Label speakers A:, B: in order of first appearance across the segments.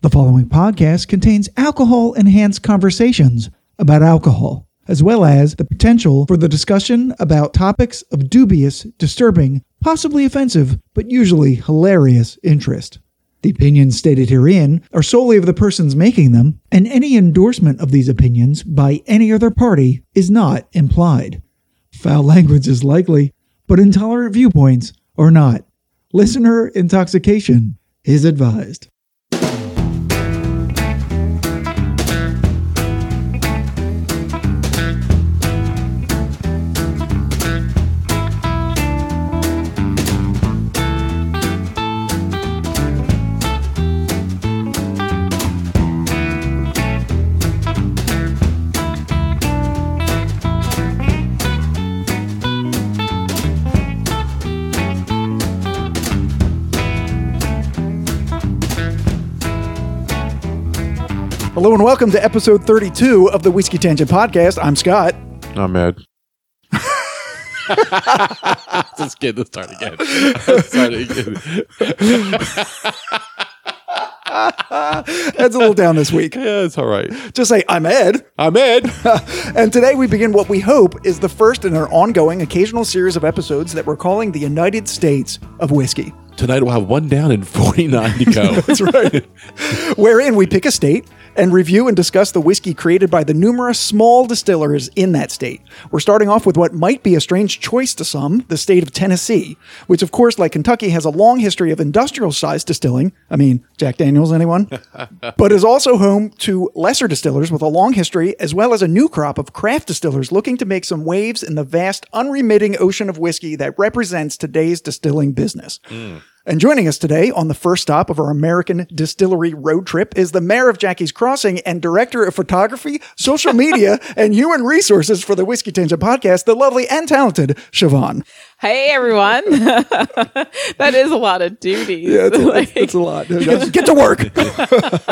A: The following podcast contains alcohol enhanced conversations about alcohol, as well as the potential for the discussion about topics of dubious, disturbing, possibly offensive, but usually hilarious interest. The opinions stated herein are solely of the persons making them, and any endorsement of these opinions by any other party is not implied. Foul language is likely, but intolerant viewpoints are not. Listener intoxication is advised. Hello and welcome to episode 32 of the Whiskey Tangent Podcast. I'm Scott.
B: I'm Ed.
C: Just kidding. Let's start again. Let's start again.
A: Ed's a little down this week.
C: Yeah, it's all right.
A: Just say, I'm Ed.
C: I'm Ed.
A: and today we begin what we hope is the first in our ongoing occasional series of episodes that we're calling the United States of Whiskey,
C: Tonight we'll have one down and 49 to go. That's right.
A: wherein we pick a state and review and discuss the whiskey created by the numerous small distillers in that state. We're starting off with what might be a strange choice to some, the state of Tennessee, which, of course, like Kentucky, has a long history of industrial sized distilling. I mean, Jack Daniels, anyone? but is also home to lesser distillers with a long history, as well as a new crop of craft distillers looking to make some waves in the vast, unremitting ocean of whiskey that represents today's distilling business. And joining us today on the first stop of our American distillery road trip is the mayor of Jackie's Crossing and director of photography, social media, and human resources for the Whiskey Tangent podcast, the lovely and talented Siobhan.
D: Hey everyone. that is a lot of duties. Like,
A: a lot. Get, get to work.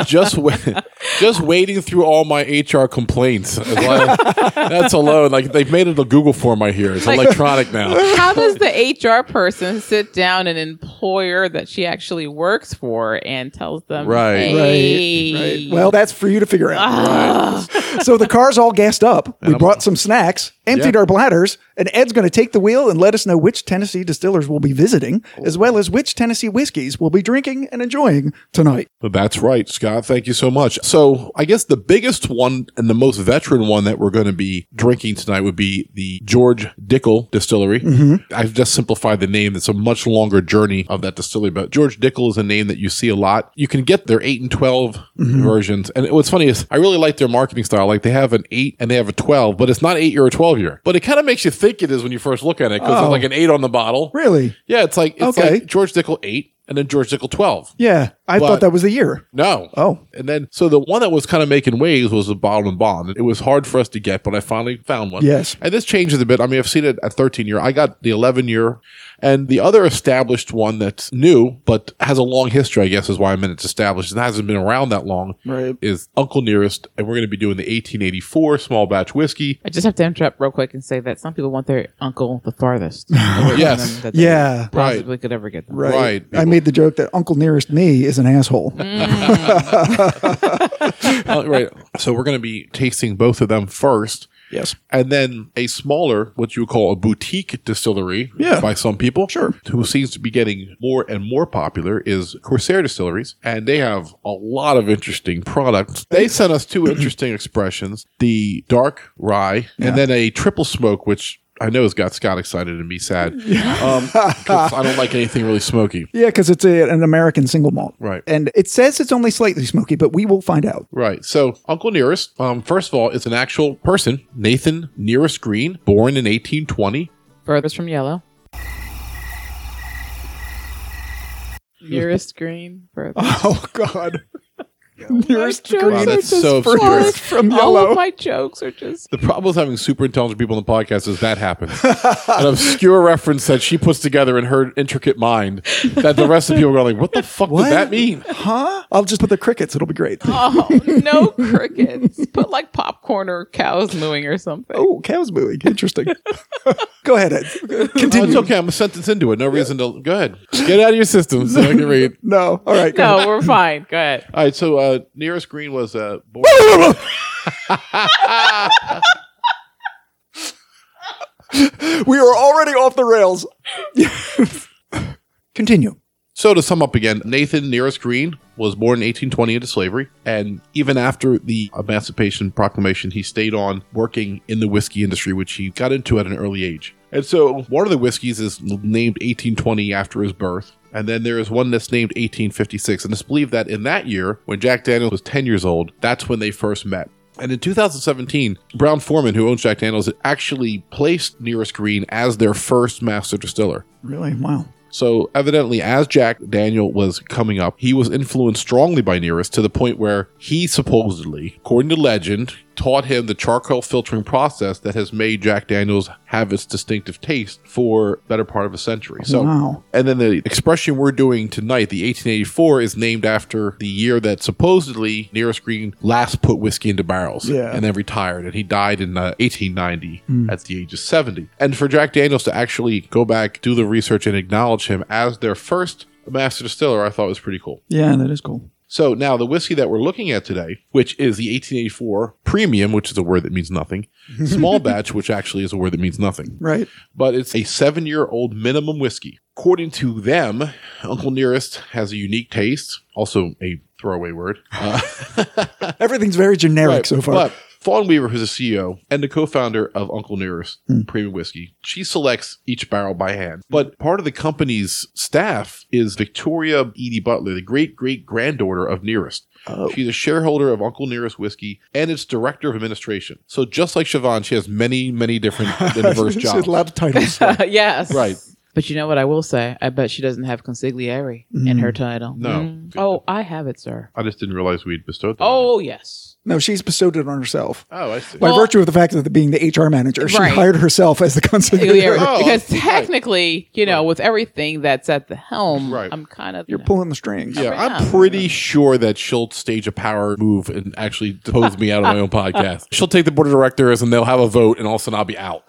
C: Just wa- just wading through all my HR complaints. As well. That's alone. Like they've made it a Google form I hear. It's
D: Like-
C: electronic now.
D: how does the HR person sit down an employer that she actually works for and tells them
C: Right.
D: hey,
A: Well, that's for you to figure out. So the car's all gassed up. We brought some snacks, emptied
C: Yeah.
A: our bladders, and Ed's going to take the wheel and let us know which Tennessee distillers we'll be visiting,
B: Oh.
A: as well as which Tennessee whiskeys we'll be drinking and enjoying tonight.
B: That's right, Scott. Thank you so much. So, I guess the biggest one and the most veteran one that we're going to be drinking tonight would be the George Dickel Distillery.
A: Mm-hmm.
B: I've just simplified the name. It's a much longer journey of that distillery, but George Dickel is a name that you see a lot. You can get their 8 and 12
A: Mm-hmm.
B: versions. And what's funny is I really like their marketing style. Like they have an 8 and they have a 12, but it's not 8 year or 12 year. But it kind of makes you think it is when you first look at it because
A: Oh.
B: there's like an 8 on the bottle.
A: Really?
B: Yeah, it's like it's
A: Okay.
B: like George Dickel 8 and then George Dickel 12.
A: Yeah. I
B: But-
A: thought that was the year.
B: No.
A: Oh.
B: And then, so the one that was kind of making waves was the bottle and bond. It was hard for us to get, but I finally found one.
A: Yes.
B: And this changes a bit. I mean, I've seen it at 13 year. I got the 11 year. And the other established one that's new, but has a long history, I guess is why I meant it's established and hasn't been around that long,
A: Right.
B: is Uncle Nearest. And we're going to be doing the 1884 small batch whiskey.
D: I just have to interrupt real quick and say that some people want their uncle the farthest.
B: Yes.
D: That they
A: Yeah.
D: Possibly could ever get them.
A: Right.
B: Right.
A: I made the joke that Uncle Nearest Me is an asshole.
B: Uh, right. So we're going to be tasting both of them first.
A: Yes.
B: and then a smaller, what you would call a boutique distillery
A: Yeah.
B: by some people,
A: Sure.
B: who seems to be getting more and more popular is Corsair Distilleries, and they have a lot of interesting products. They sent us two interesting expressions: the dark rye, and then a triple smoke, which. I know has got Scott excited and me sad. Um 'cause I don't like anything really smoky.
A: Yeah, because it's a, an American single malt.
B: Right.
A: And it says it's only slightly smoky, but we will find out.
B: Right. So Uncle Nearest, um, first of all, is an actual person, Nathan Nearest Green, born in 1820.
D: Furthest from yellow. Nearest green. Furthest.
A: Oh, God.
D: My jokes
B: Wow,
D: are
B: that's
D: just
B: so
D: furthest
B: obscure.
A: From
D: All
A: yellow.
D: of my jokes are just
B: The problem with having super intelligent people on the podcast is that happens. An obscure reference that she puts together in her intricate mind that the rest of people are like, what the fuck
A: What?
B: did that mean?
A: Huh? I'll just put the crickets. It'll be great.
D: Oh, no crickets. Put like corner cows mooing or something.
A: Oh, cows mooing. Interesting. Go ahead, Ed.
B: Oh, it's
A: Continue.
B: okay. I'm a sentence into it. No reason to go ahead. Get it out of your system so I can read.
A: No. All right. Go
D: No, we're fine. Go ahead.
B: All right. So uh, nearest green was uh, born.
A: ahead. we are already off the rails. Continue.
B: So to sum up again, Nathan Nearest Green was born in 1820 into slavery, and even after the Emancipation Proclamation, he stayed on working in the whiskey industry, which he got into at an early age. And so one of the whiskeys is named 1820 after his birth. And then there is one that's named 1856. And it's believed that in that year, when Jack Daniels was 10 years old, that's when they first met. And in 2017, Brown Foreman, who owns Jack Daniels, actually placed Nearest Green as their first master distiller.
A: Really? Wow.
B: So evidently, as Jack Daniel was coming up, he was influenced strongly by Nearest to the point where he supposedly, according to legend, taught him the charcoal filtering process that has made Jack Daniels have its distinctive taste for better part of a century. So
A: Wow.
B: and then the expression we're doing tonight, the 1884, is named after the year that supposedly Nearest Green last put whiskey into barrels
A: Yeah.
B: and then retired. And he died in uh, 1890 at the age of 70. And for Jack Daniels to actually go back, do the research, and acknowledge him as their first master distiller, I thought was pretty cool.
A: Yeah, that is cool.
B: So now the whiskey that we're looking at today, which is the 1884 premium, which is a word that means nothing, small batch, which actually is a word that means nothing
A: Right.
B: but it's a seven year old minimum whiskey. According to them, Uncle Nearest has a unique taste, also a throwaway word. Uh,
A: Everything's very generic
B: right,
A: so far.
B: But Fawn Weaver, who's the CEO and the co founder of Uncle Nearest
A: Hmm.
B: Premium Whiskey, she selects each barrel by hand. But part of the company's staff is Victoria Edie Butler, the great great granddaughter of Nearest.
A: Uh, Oh.
B: She's a shareholder of Uncle Nearest Whiskey and its director of administration. So just like Siobhan, she has many, many different and diverse
A: It's
B: jobs.
A: a lot of titles.
D: Uh, yes.
B: Right.
D: But you know what I will say? I bet she doesn't have consigliere in her title.
B: Mm. No.
D: Oh, I have it, sir.
B: I just didn't realize we'd bestowed that.
D: Oh, yes.
A: no, she's bestowed it on herself.
B: Oh, I see.
A: By
D: Well-
A: virtue of the fact of the- being the HR manager, she
D: Right.
A: hired herself as the consigliere.
D: Consigliere.
B: Oh,
D: because
B: right.
D: technically, you know, with everything that's at the helm,
B: Right.
D: I'm kind of.
A: You're pulling the strings.
B: yeah, I'm
D: Yeah.
B: pretty sure that she'll stage a power move and actually depose me out of my own podcast. She'll take the board of directors and they'll have a vote, and all of a sudden I'll be out.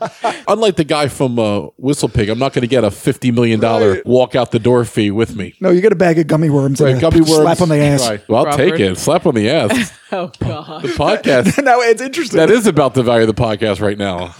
B: Unlike the guy from uh, Whistle Pig, I'm not going to get a fifty million dollar walk out the door fee with me.
A: No, you get a bag of gummy worms and a
B: Guppy worms.
A: slap on the ass.
B: Right. Well, I'll
D: Crawford.
B: take it. Slap on the ass.
D: oh, God.
B: Podcast.
A: now it's interesting.
B: That is about the value of the podcast right now.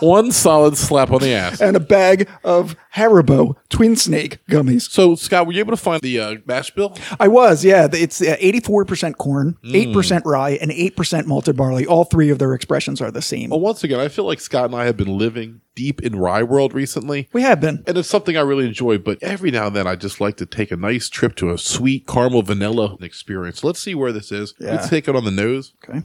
B: One solid slap on the ass.
A: and a bag of Haribo twin snake gummies.
B: So, Scott, were you able to find the uh, mash bill?
A: I was, yeah. th- It's uh, 84% corn,
B: Mm.
A: 8% rye, and 8% malted barley. All three of their expressions are the same.
B: Well, once again, I feel like Scott and I have been living deep in Rye World recently.
A: We have been.
B: And it's something I really enjoy, but every now and then I just like to take a nice trip to a sweet caramel vanilla experience. Let's see where this is.
A: Yeah.
B: Let's take it on the nose.
A: Okay.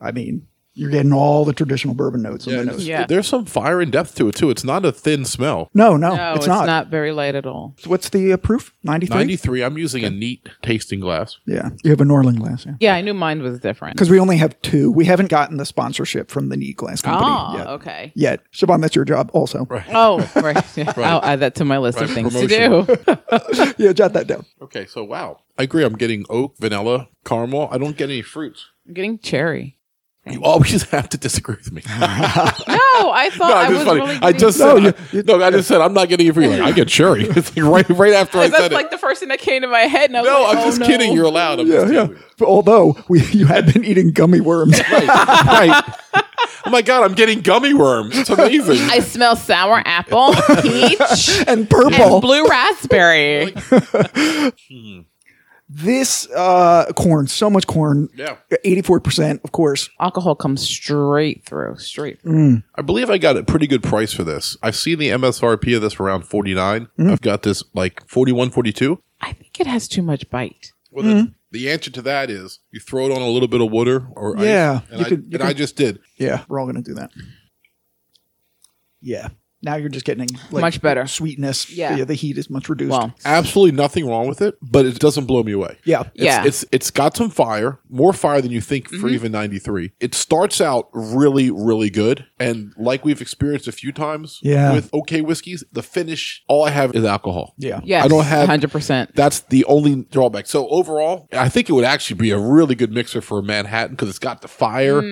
A: I mean, you're getting all the traditional bourbon notes on the nose.
D: Yeah.
B: There's some fire and depth to it, too. It's not a thin smell.
A: No, no,
D: No,
A: it's, not.
D: very light at all.
A: What's the uh, proof? 93?
B: 93, I'm using a neat tasting glass.
A: Yeah. You have a Norling glass, yeah.
D: Yeah, I knew mine was different.
A: Because we only have two. We haven't gotten the sponsorship from the Neat Glass Company
D: Ah,
A: yet.
D: okay.
A: Yet. Siobhan, that's your job also. Right.
D: Oh, right. I'll add that to my list of things
B: promotion.
D: to do.
A: yeah, jot that down.
B: Okay, so wow. I agree. I'm getting oak, vanilla, caramel. I don't get any fruits.
D: I'm getting cherry.
B: You always have to disagree with me.
D: No, I thought
B: No,
D: Oh, I
B: I'm
D: was
B: just funny.
D: really.
B: I
D: getting-
B: just said, I, no, I just said I'm not getting it for you. Like, I get cherry. It's like right, right after I said
D: That's
B: it.
D: like the first thing that came to my head. And I was
B: no,
D: like,
B: I'm
D: oh,
B: just
D: no.
B: kidding. You're allowed. I'm
A: Yeah,
B: just
A: yeah.
B: kidding.
A: But although we, you had been eating gummy worms.
B: Right, right. Oh my god, I'm getting gummy worms. It's amazing.
D: I smell sour apple, peach,
A: and
D: and
A: purple.
D: blue raspberry.
A: this uh, corn, so much corn.
B: Yeah.
A: 84%, of course.
D: Alcohol comes straight through, straight through.
B: I believe I got a pretty good price for this. I've seen the MSRP of this around 49.
A: Mm-hmm.
B: I've got this like 41, 42.
D: I think it has too much bite.
B: Well,
A: Mm-hmm.
B: then the answer to that is you throw it on a little bit of water or ice.
A: Yeah,
B: and,
A: you
B: I,
A: could- you
B: and I
A: could-
B: just did.
A: Yeah. We're all going to do that. Yeah. Now you're just getting like,
D: Much better.
A: sweetness.
D: Yeah.
A: The heat is much reduced.
D: Well,
B: Absolutely nothing wrong with it, but it doesn't blow me away.
A: Yeah.
B: It's,
D: Yeah.
B: it's it's got some fire, more fire than you think for even 93. It starts out really really good And like we've experienced a few times
A: Yeah.
B: with okay whiskeys, the finish, all I have is alcohol.
A: Yeah.
D: Yes,
B: I don't have
D: 100%.
B: That's the only drawback. So overall, I think it would actually be a really good mixer for a Manhattan because it's got the fire.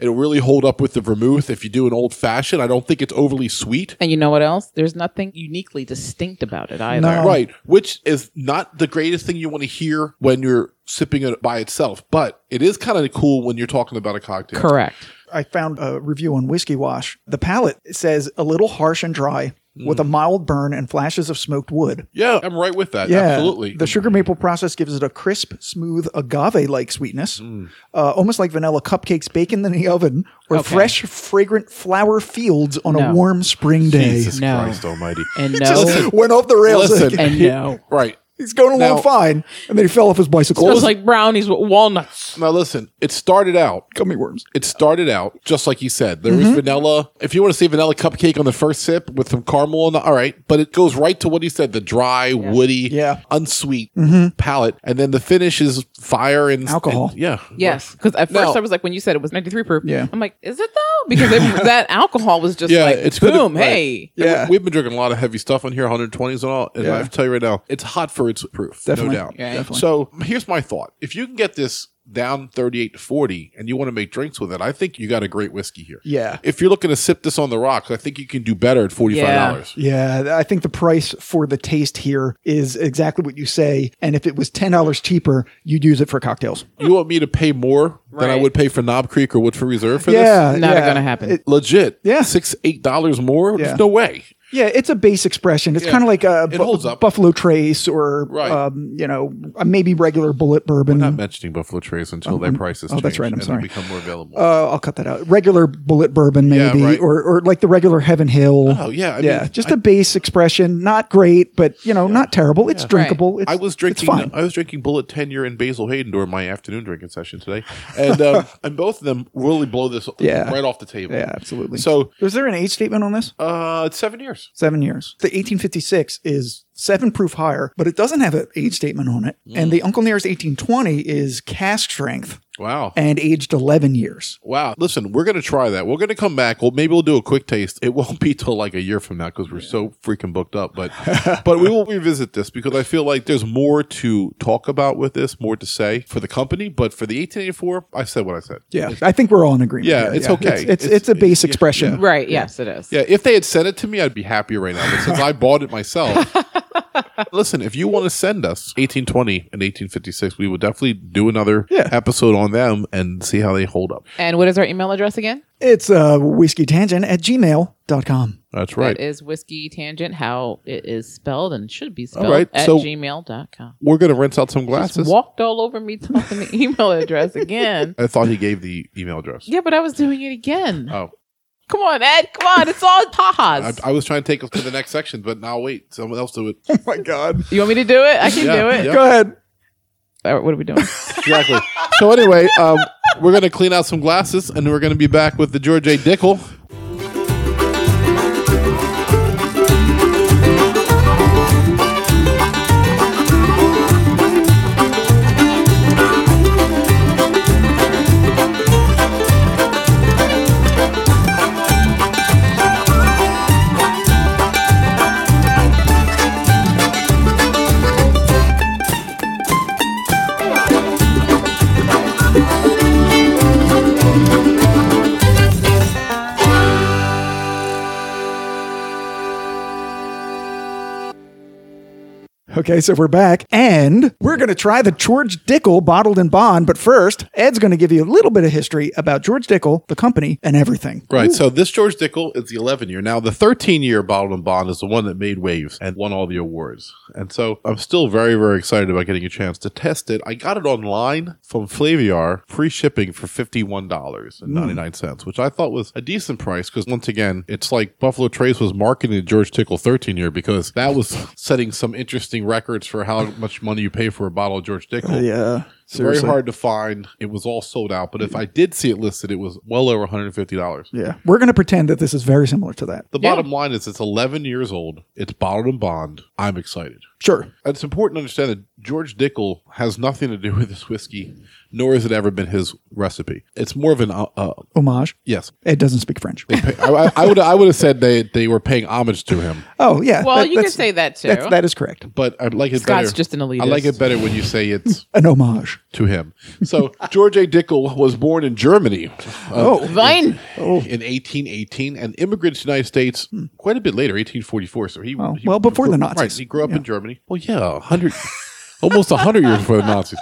B: It'll really hold up with the vermouth. If you do an old fashioned, I don't think it's overly sweet.
D: And you know what else? There's nothing uniquely distinct about it either.
A: No.
B: Right, which is not the greatest thing you want to hear when you're sipping it by itself, but it is kind of cool when you're talking about a cocktail.
D: Correct.
A: I found a review on Whiskey Wash. The palate says a little harsh and dry with a mild burn and flashes of smoked wood.
B: Yeah, I'm right with that. Absolutely.
A: The sugar maple process gives it a crisp, smooth, agave like sweetness,
B: Mm.
A: uh, almost like vanilla cupcakes baked in the oven or
D: Okay.
A: fresh, fragrant flower fields on a
D: No.
A: warm spring day.
B: Jesus
D: No.
B: Christ Almighty.
D: And
A: Just
D: no.
A: went off the rails.
B: Listen.
A: Like,
D: and no.
B: Right.
A: he's going along
B: Now-
A: fine. And then he fell off his bicycle.
D: Smells like brownies with walnuts.
B: Now listen, it started out
A: gummy worms.
B: it started out just like you said. There was
A: Mm-hmm.
B: vanilla. If you want to say vanilla cupcake on the first sip with some caramel, and all right, but it goes right to what he said: the dry, woody,
A: Yeah. Mm-hmm.
B: unsweet palate, and then the finish is fire and
A: Alcohol.
B: and- yeah,
D: Yes, because at first
B: Now-
D: I was like, when you said it was 93 proof,
A: Yeah.
D: I'm like, is it though? Because it, that alcohol was just
B: Yeah,
D: like,
B: it's good to-
D: boom,
B: right.
D: hey.
B: And
A: Yeah.
B: we, have been drinking a lot of heavy stuff on here, 120s and all. And
A: Yeah.
B: I have to tell you right now, it's hot for its proof,
A: Definitely.
B: no doubt.
D: Yeah. Definitely.
B: So here's my thought: if you can get this down 38 to 40, and you want to make drinks with it, I think you got a great whiskey here.
A: Yeah.
B: If you're looking to sip this on the rocks, I think you can do better at $45.
A: Yeah, I think the price for the taste here is exactly what you say. And if it was $10 cheaper, you'd use it for cocktails.
B: You want me to pay more than I
D: Right.
B: would pay for Knob Creek or Woodford Reserve for
A: Yeah.
D: Not
A: yeah.
D: gonna happen.
B: this? Legit.
A: Yeah.
B: Six, eight dollars more?
A: Yeah.
B: There's no way.
A: Yeah, it's a base expression. It's kind of like a
B: It holds up.
A: Buffalo Trace or,
B: Right.
A: um, you know, a maybe regular bullet bourbon.
B: Not mentioning Buffalo Trace until their prices
A: oh,
B: change
A: that's right, I'm
B: and they
A: sorry.
B: become more available.
A: uh, I'll cut that out. Regular bullet bourbon,
B: Yeah,
A: maybe,
B: right.
A: or, or like the regular Heaven Hill.
B: Oh, yeah, I
A: yeah,
B: mean,
A: just a base expression. Not great, but you know, not terrible. It's drinkable. It's,
B: I was
A: It's
B: drinking.
A: fine.
B: I was drinking Bullet Tenure and Basil Hayden during my afternoon drinking session today, and um, and both of them really blow this
A: Yeah.
B: right off the table.
A: yeah, absolutely.
B: So
A: is there an age statement on this?
B: uh, it's seven years.
A: Seven years. The 1856 is seven proof higher, but it doesn't have an age statement on it.
B: Mm.
A: And the Uncle Nearest 1820 is cask strength
B: Wow.
A: and aged 11 years.
B: Wow. Listen, we're going to try that. We're going to come back. Well, maybe we'll do a quick taste. It won't be till like a year from now because we're so freaking booked up. But but we will revisit this because I feel like there's more to talk about with this, more to say for the company. But for the 1884, I said what I said.
A: Yeah, I think we're all in agreement.
B: Yeah,
A: here.
B: it's okay.
A: It's it's,
B: It's-
A: it's a base expression.
D: Right. Yes, it is.
B: Yeah, if they had sent it to me, I'd be happier right now. But since I bought it myself, listen, if you want to send us 1820 and 1856, we would definitely do another
A: Yeah.
B: episode on them and see how they hold up.
D: And what is our email address again?
A: It's uh, whiskey tangent at gmail.com.
B: That's right.
D: It is whiskey tangent, how it is spelled and should be spelled
B: right,
D: at
B: so-
D: gmail.com.
B: We're going to rinse out some glasses.
D: Walked all over me talking the email address again.
B: I thought he gave the email address.
D: Yeah, but I was doing it again.
B: Oh,
D: Come on, Ed. Come on. It's all
B: I,
D: pahas.
B: I was trying to take us to the next section, but now wait, someone else do it.
A: Oh my God.
D: You want me to do it? I can
B: Yeah,
D: do it.
B: yeah.
A: Go ahead.
D: All right, what are we doing?
B: Exactly. so anyway, um, we're going to clean out some glasses, and we're going to be back with the George A. Dickel.
A: Okay, so we're back, and we're going to try the George Dickel bottled in bond. But first, Ed's going to give you a little bit of history about George Dickel, the company, and everything.
B: Right. So this George Dickel is the 11 year. Now, the 13 year Bottled and Bond is the one that made waves and won all the awards. And so I'm still very, very excited about getting a chance to test it. I got it online from Flaviar, free shipping for $51.99, which I thought was a decent price because, once again, it's like Buffalo Trace was marketing the George Dickel 13 year because that was setting some interesting records for how much money you pay for a bottle of George Dickel.
A: Yeah. Seriously.
B: Very hard to find. It was all sold out, but if I did see it listed, it was well over $150.
A: Yeah. We're going to pretend that this is very similar to that.
B: The
D: Yeah.
B: bottom line is it's 11 years old. It's bottled and bond. I'm excited.
A: Sure.
B: And It's important to understand that George Dickel has nothing to do with this whiskey, nor has it ever been his recipe. It's more of an uh, uh
A: Homage.
B: yes.
A: It doesn't speak French.
B: I- I, I would I would have said they they were paying homage to him,
A: Oh, yeah.
D: Well, you can
A: that's-
D: say that too.
A: that's- that is correct.
B: but I like it
D: Scott's
B: better.
D: just an elitist.
B: I like it better when you say it's
A: An homage.
B: to him. So George A. Dickel was born in Germany. uh,
A: Oh, Hmm.
D: Vine.
B: in 1818 and immigrated to the United States quite a bit later, 1844. So he,
A: Well,
B: he-
A: well, before the Nazis.
B: Right, he grew up in Germany. Well, yeah, 100, almost 100 years before the Nazis.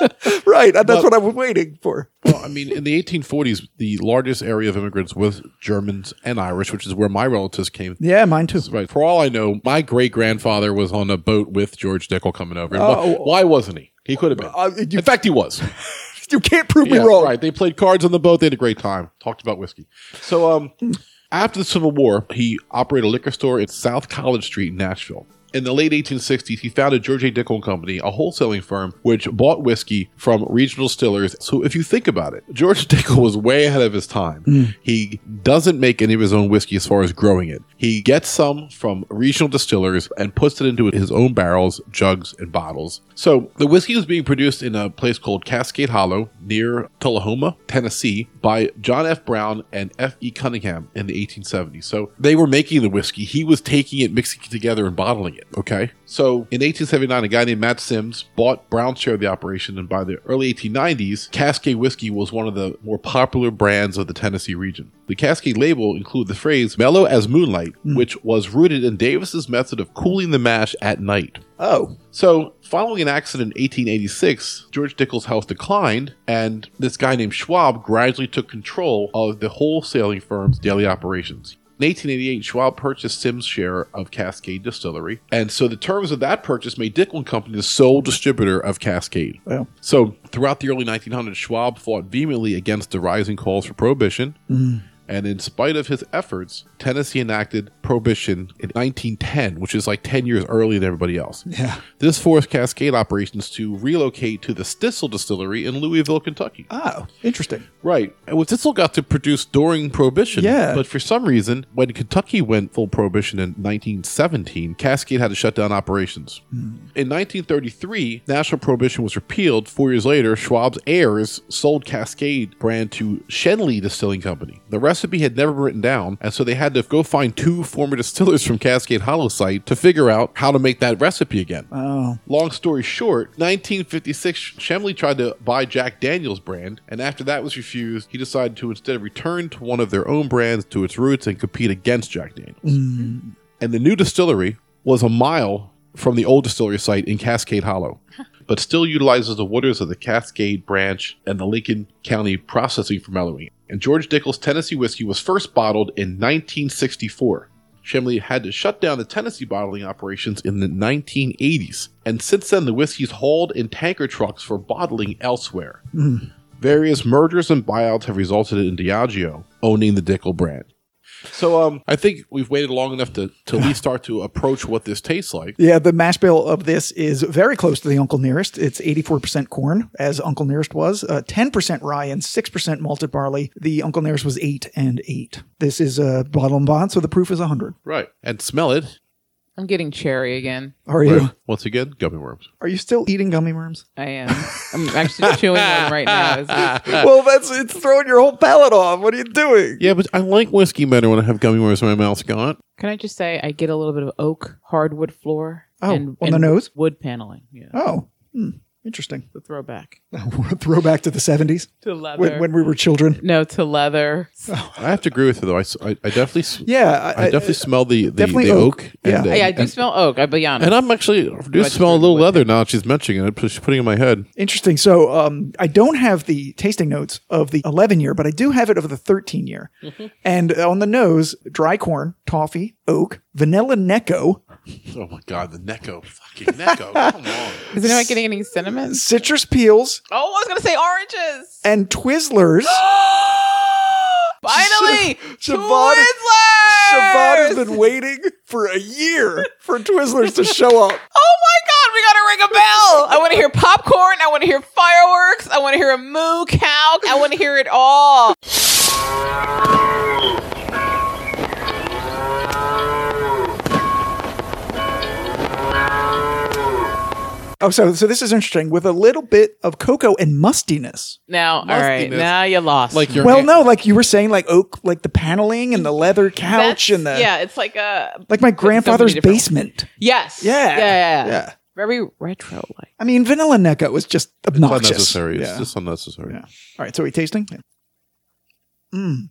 A: right. That's what I was waiting for.
B: Well, I mean, in the 1840s, the largest area of immigrants was Germans and Irish, which is where my relatives came.
A: Yeah, mine too.
B: Right. For all I know, my great grandfather was on a boat with George Dickel coming over. And
A: Oh.
B: why, why wasn't he? He could have been.
A: Uh, you-
B: in fact, he was.
A: You can't prove me
B: Yeah,
A: wrong.
B: Right. They played cards on the boat. They had a great time. Talked about whiskey. So um, after the Civil War, he operated a liquor store at South College Street in Nashville. In the late 1860s, he founded George A. Dickel and Company, a wholesaling firm which bought whiskey from regional distillers. So if you think about it, George Dickel was way ahead of his time. He doesn't make any of his own whiskey as far as growing it. He gets some from regional distillers and puts it into his own barrels, jugs, and bottles. So the whiskey was being produced in a place called Cascade Hollow near Tullahoma, Tennessee, by John F. Brown and F. E. Cunningham in the 1870s. So they were making the whiskey. He was taking it, mixing it together, and bottling it. Okay. So in 1879, a guy named Matt Sims bought Brown's share of the operation, and by the early 1890s, Cascade whiskey was one of the more popular brands of the Tennessee region. The Cascade label included the phrase "mellow as moonlight," which was rooted in Davis's method of cooling the mash at night.
A: Oh,
B: So, following an accident in 1886, George Dickel's health declined, and this guy named Schwab gradually took control of the wholesaling firm's daily operations. In 1888, Schwab purchased Sims' share of Cascade Distillery, and so the terms of that purchase made Dickel and Company the sole distributor of Cascade.
A: well,
B: So, throughout the early 1900s, Schwab fought vehemently against the rising calls for prohibition. And in spite of his efforts, Tennessee enacted prohibition in 1910, which is like 10 years earlier than everybody else.
A: yeah.
B: This forced Cascade operations to relocate to the Stissel Distillery in Louisville, Kentucky.
A: Oh, interesting.
B: Right. And what Stissel got to produce during Prohibition.
A: Yeah.
B: But for some reason, when Kentucky went full Prohibition in 1917, Cascade had to shut down operations. In 1933, national prohibition was repealed. Four years later, Schwab's heirs sold Cascade brand to Shenley Distilling Company. The recipe had never been written down, and so they had to go find two former distillers from Cascade Hollow site to figure out how to make that recipe again.
A: Oh,
B: Long story short, 1956, Shemley tried to buy Jack Daniels' brand, and after that was refused, he decided to instead return to one of their own brands to its roots and compete against Jack Daniels. And the new distillery was a mile from the old distillery site in Cascade Hollow, but still utilizes the waters of the Cascade branch and the Lincoln County processing for mellowing. And George Dickel's Tennessee whiskey was first bottled in 1964. Shemley had to shut down the Tennessee bottling operations in the 1980s, and since then the whiskey's hauled in tanker trucks for bottling elsewhere. Various mergers and buyouts have resulted in Diageo owning the Dickel brand. So um, I think we've waited long enough to, to at least start to approach what this tastes like.
A: yeah. The mash bill of this is very close to the Uncle Nearest. It's 84% corn, as Uncle Nearest was, uh, 10% rye, and 6% malted barley. The Uncle Nearest was 8 and 8. This is a bottle and bond, so the proof is 100.
B: Right. And smell it.
D: I'm getting cherry again.
A: Are you?
B: Once again, gummy worms.
A: Are you still eating gummy worms?
D: I am. I'm actually chewing one right now. as
B: Uh.
D: we speak.
A: well, that's it's throwing your whole palate off. What are you doing?
B: Yeah, but I like whiskey better when I have gummy worms in my mouth, Scott.
D: Can I just say I get a little bit of oak hardwood floor
A: Oh, on the nose?
D: wood paneling. Yeah,
A: Oh, hmm, interesting.
D: the throwback
A: Throwback to the 70s
D: to leather.
A: when, Oh. when we were children.
D: no, to leather.
B: I have to agree with you, though. I, s- I- I definitely, s-
A: Yeah,
B: I, definitely smell the, the,
A: definitely
B: the
A: oak.
B: oak.
A: Yeah.
B: And, the-
D: Hey, I do
B: and,
D: smell oak. I'll be honest.
B: and I'm actually, I do
D: Much
B: smell a little
D: wood.
B: leather now that she's mentioning it. She's putting it in my head.
A: Interesting. So um, I don't have the tasting notes of the 11 year, but I do have it of the 13 year.
D: Mm-hmm.
A: And on the nose, dry corn, toffee, oak, vanilla Necco,
B: Oh, my God. The Necco. Fucking Necco. Come on.
D: Is anyone getting any cinnamon?
A: citrus peels,
D: Oh, I was gonna say oranges.
A: and Twizzlers.
D: Finally,
A: Siobhan-
D: Twizzlers.
A: Siobhan has been waiting for a year for Twizzlers to show up.
D: oh my god, we gotta ring a bell. I want to hear popcorn. I want to hear fireworks. I want to hear a moo cow. I want to hear it all.
A: Oh, so so this is interesting with a little bit of cocoa and mustiness.
D: Now, all right,
B: Mustiness.
D: now you lost.
B: Like your
A: Well,
B: hand-
A: no, like you were saying, like oak, like the paneling and the leather couch and the
D: yeah, it's like a
A: like my grandfather's
D: different-
A: basement.
D: yes,
A: Yeah.
D: yeah, yeah, yeah.
A: Yeah.
D: very retro like.
A: I mean, vanilla NECA was just
B: It's
A: obnoxious.
B: unnecessary.
A: Yeah.
B: It's just unnecessary.
A: Yeah. All right, so are we tasting? Yeah. Mm,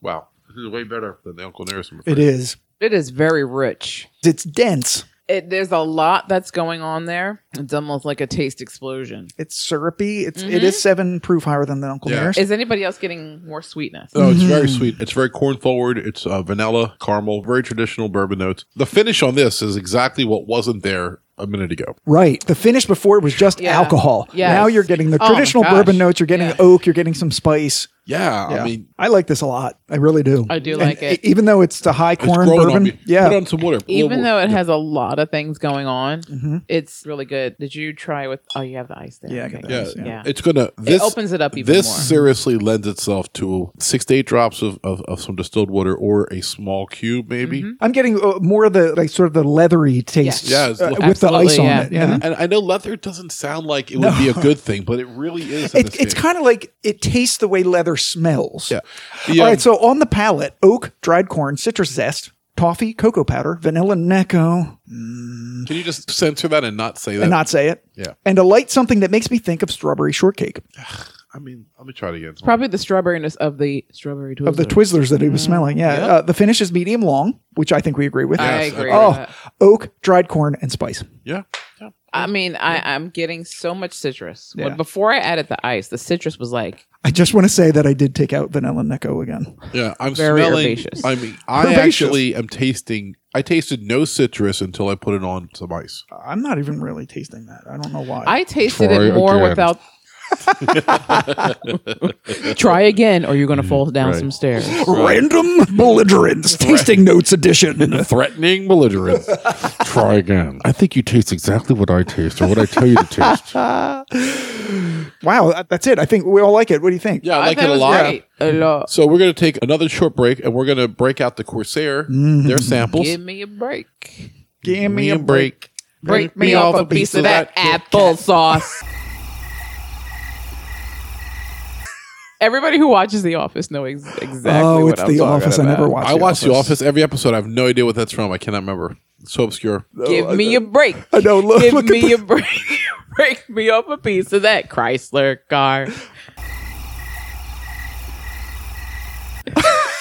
B: Wow. This is way better than the Uncle Nearest. I'm
A: it
B: afraid.
A: is.
D: It is very rich.
A: It's dense.
D: It, there's a lot that's going on there. It's almost like a taste explosion.
A: It's syrupy. It's it
D: Mm-hmm.
A: is seven proof higher than the Uncle
B: Yeah.
A: Nearest.
D: Is anybody else getting more
A: Uh,
D: sweetness?
B: No, it's
A: Mm-hmm.
B: very sweet. It's very corn forward. It's uh, vanilla, caramel, very traditional bourbon notes. The finish on this is exactly what wasn't there a minute ago.
A: Right. The finish before was just
D: Yeah.
A: alcohol.
D: Yes.
A: Now you're getting the
D: Oh my
A: traditional
D: gosh.
A: bourbon notes. You're getting
D: Yeah.
A: oak. You're getting some spice.
B: Yeah,
A: Yeah.
B: I mean,
A: I like this a lot. I really do.
D: I do
A: And
D: like it.
A: e- even though it's the high
B: it's
A: corn
B: growing on
A: bourbon.
B: me. Put
A: Yeah.
B: on some water.
D: Even
B: Little-
D: though it has a lot of things going on,
A: Mhm.
D: it's really good. Did you try with? Oh, you have the ice there.
A: Yeah, I got the
B: yeah,
A: ice,
D: yeah.
B: it's gonna this
D: it opens it up even
B: this
D: more.
B: seriously lends itself to six to eight drops of, of, of some distilled water or a small cube maybe.
D: Mm-hmm.
A: I'm getting uh, more of the like sort of the leathery taste
B: Yeah, it's
A: uh,
B: look-
A: with the ice
D: Absolutely,
A: on
D: yeah.
A: it. Yeah.
B: And I know leather doesn't sound like it would be a good thing, but it really is. in this
A: It, it's
B: case.
A: kind of like it tastes the way leather smells.
B: Yeah. The,
A: All
B: um,
A: right. So on the palate, oak, dried corn, citrus zest, toffee, cocoa powder, vanilla Necco,
B: can you just censor that and not say that?
A: and not say it.
B: Yeah.
A: And a light something that makes me think of strawberry shortcake
B: I mean, let me try it again.
D: Probably the strawberryness of the strawberry Twizzler.
A: of the Twizzlers that he
D: Mm.
A: was smelling. Yeah.
B: Yeah.
A: Uh, the finish is medium long, which I think we agree with.
D: I
B: Yes,
D: agree.
B: I
D: with
A: Oh,
D: that.
A: oak, dried corn, and spice.
B: Yeah. yeah.
D: I mean, I, I'm getting so much citrus.
A: Yeah.
D: But before I added the ice, the citrus was like
A: I just want to say that I did take out vanilla Necco again.
B: Yeah, I'm
D: Very
B: smelling.
D: herbaceous.
B: I mean, I
A: Herbaceous.
B: actually am tasting. I tasted no citrus until I put it on some ice.
A: I'm not even really tasting that. I don't know why.
D: I tasted
B: Try
D: it more
B: again.
D: without. Try again, or you're going to fall
B: Mm-hmm.
D: down
B: Right.
D: some stairs.
A: Random belligerence tasting notes edition.
B: Threatening belligerence. Try again. I think you taste exactly what I taste, or what I tell you to taste.
A: wow, that- that's it. I think we all like it. What do you think?
B: Yeah, I like
D: thought
B: it a
D: was
B: lot.
D: great. A lot.
B: So we're gonna take another short break, and we're gonna break out the Corsair, their samples.
D: Give me a break.
A: Give me a
B: break.
D: Break me off a piece of that applesauce. Everybody who watches The Office know ex- exactly
A: oh,
D: what
A: it's
D: I'm
A: The
D: talking
A: Office. I
D: about.
A: never watched.
B: I watch The Office every episode. I have no idea what that's from. I cannot remember. It's so obscure.
D: Give me a break.
A: I know. Look,
D: Give
A: look at
D: me
A: the-
D: a break. break me off a piece of that Chrysler car.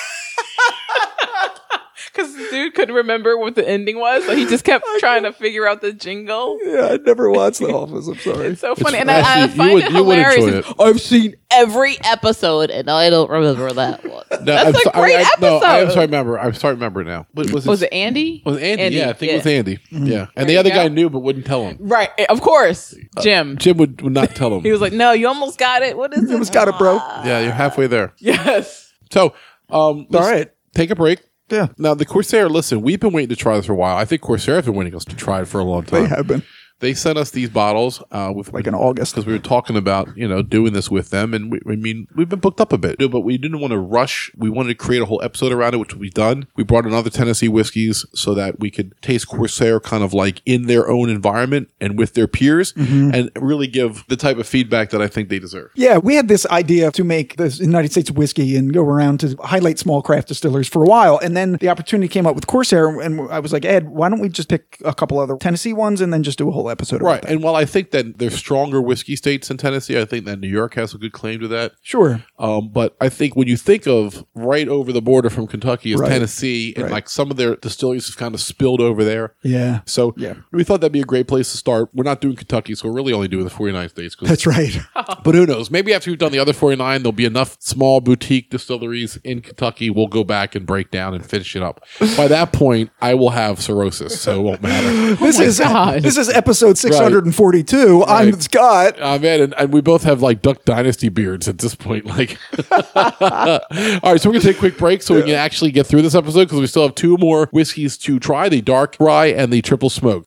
D: Because the dude couldn't remember what the ending was, so he just kept trying to figure out the jingle.
A: Yeah, I never watched The Office. I'm sorry.
D: It's so funny, and
B: actually,
D: I, I
B: you
D: find
B: would-
D: it
B: you would enjoy it.
D: hilarious. It's, I've seen every episode, and I don't remember that one.
B: No,
D: That's
B: I'm
D: a
B: so-
D: great
B: I, I, No, I am
D: episode.
B: sorry. Remember, I'm sorry. Remember now. What, was,
D: Was it Andy?
B: Was it Andy? Yeah, I think it was Andy.
A: Mm-hmm.
B: Yeah, and the
D: you
B: other
D: go.
B: guy knew but wouldn't tell him.
D: Right, eh, of course,
B: Uh,
D: Jim.
B: Jim would, would not tell him.
D: He was like, "No, you almost got it. What is it?
A: It was got it, bro. All
B: yeah, you're halfway there.
D: Yes,
B: So, um, let's
A: right.
B: take a break.
A: Yeah.
B: Now the Corsair. Listen, we've been waiting to try this for a while. I think Corsair's been waiting us to try it for a long time.
A: They have been
B: They sent us these bottles uh, with
A: like in August.
B: because we were talking about you know doing this with them, and we, I mean we've been booked up a bit, but we didn't want to rush. We wanted to create a whole episode around it, which we've done. We brought in other Tennessee whiskeys so that we could taste Corsair kind of like in their own environment and with their peers, and really give the type of feedback that I think they deserve.
A: Yeah, we had this idea to make the United States whiskey and go around to highlight small craft distillers for a while. And then the opportunity came up with Corsair, and I was like, Ed, why don't we just pick a couple other Tennessee ones and then just do a whole episode about
B: Right,
A: that?
B: and while I think that there's stronger whiskey states than Tennessee, I think that New York has a good claim to that.
A: Sure.
B: Um, but I think when you think of right over the border from Kentucky is
A: Right.
B: Tennessee, and
A: Right.
B: like some of their distilleries have kind of spilled over there.
A: Yeah.
B: So
A: Yeah.
B: we thought that'd be a great place to start. We're not doing Kentucky, so we're really only doing the 49 states. 'cause-
A: That's right.
D: Oh
B: but who knows? Maybe after we've done the other 49, there'll be enough small boutique distilleries in Kentucky. We'll go back and break down and finish it up. By that point, I will have cirrhosis, so it won't matter.
A: this is
D: God.
A: this is episode 642. I'm
B: Right.
A: Scott.
B: Oh, man, and, and we both have like Duck Dynasty beards at this point. Like, all right, so we're gonna take a quick break so we can actually get through this episode because we still have two more whiskeys to try: the dark rye and the triple smoke.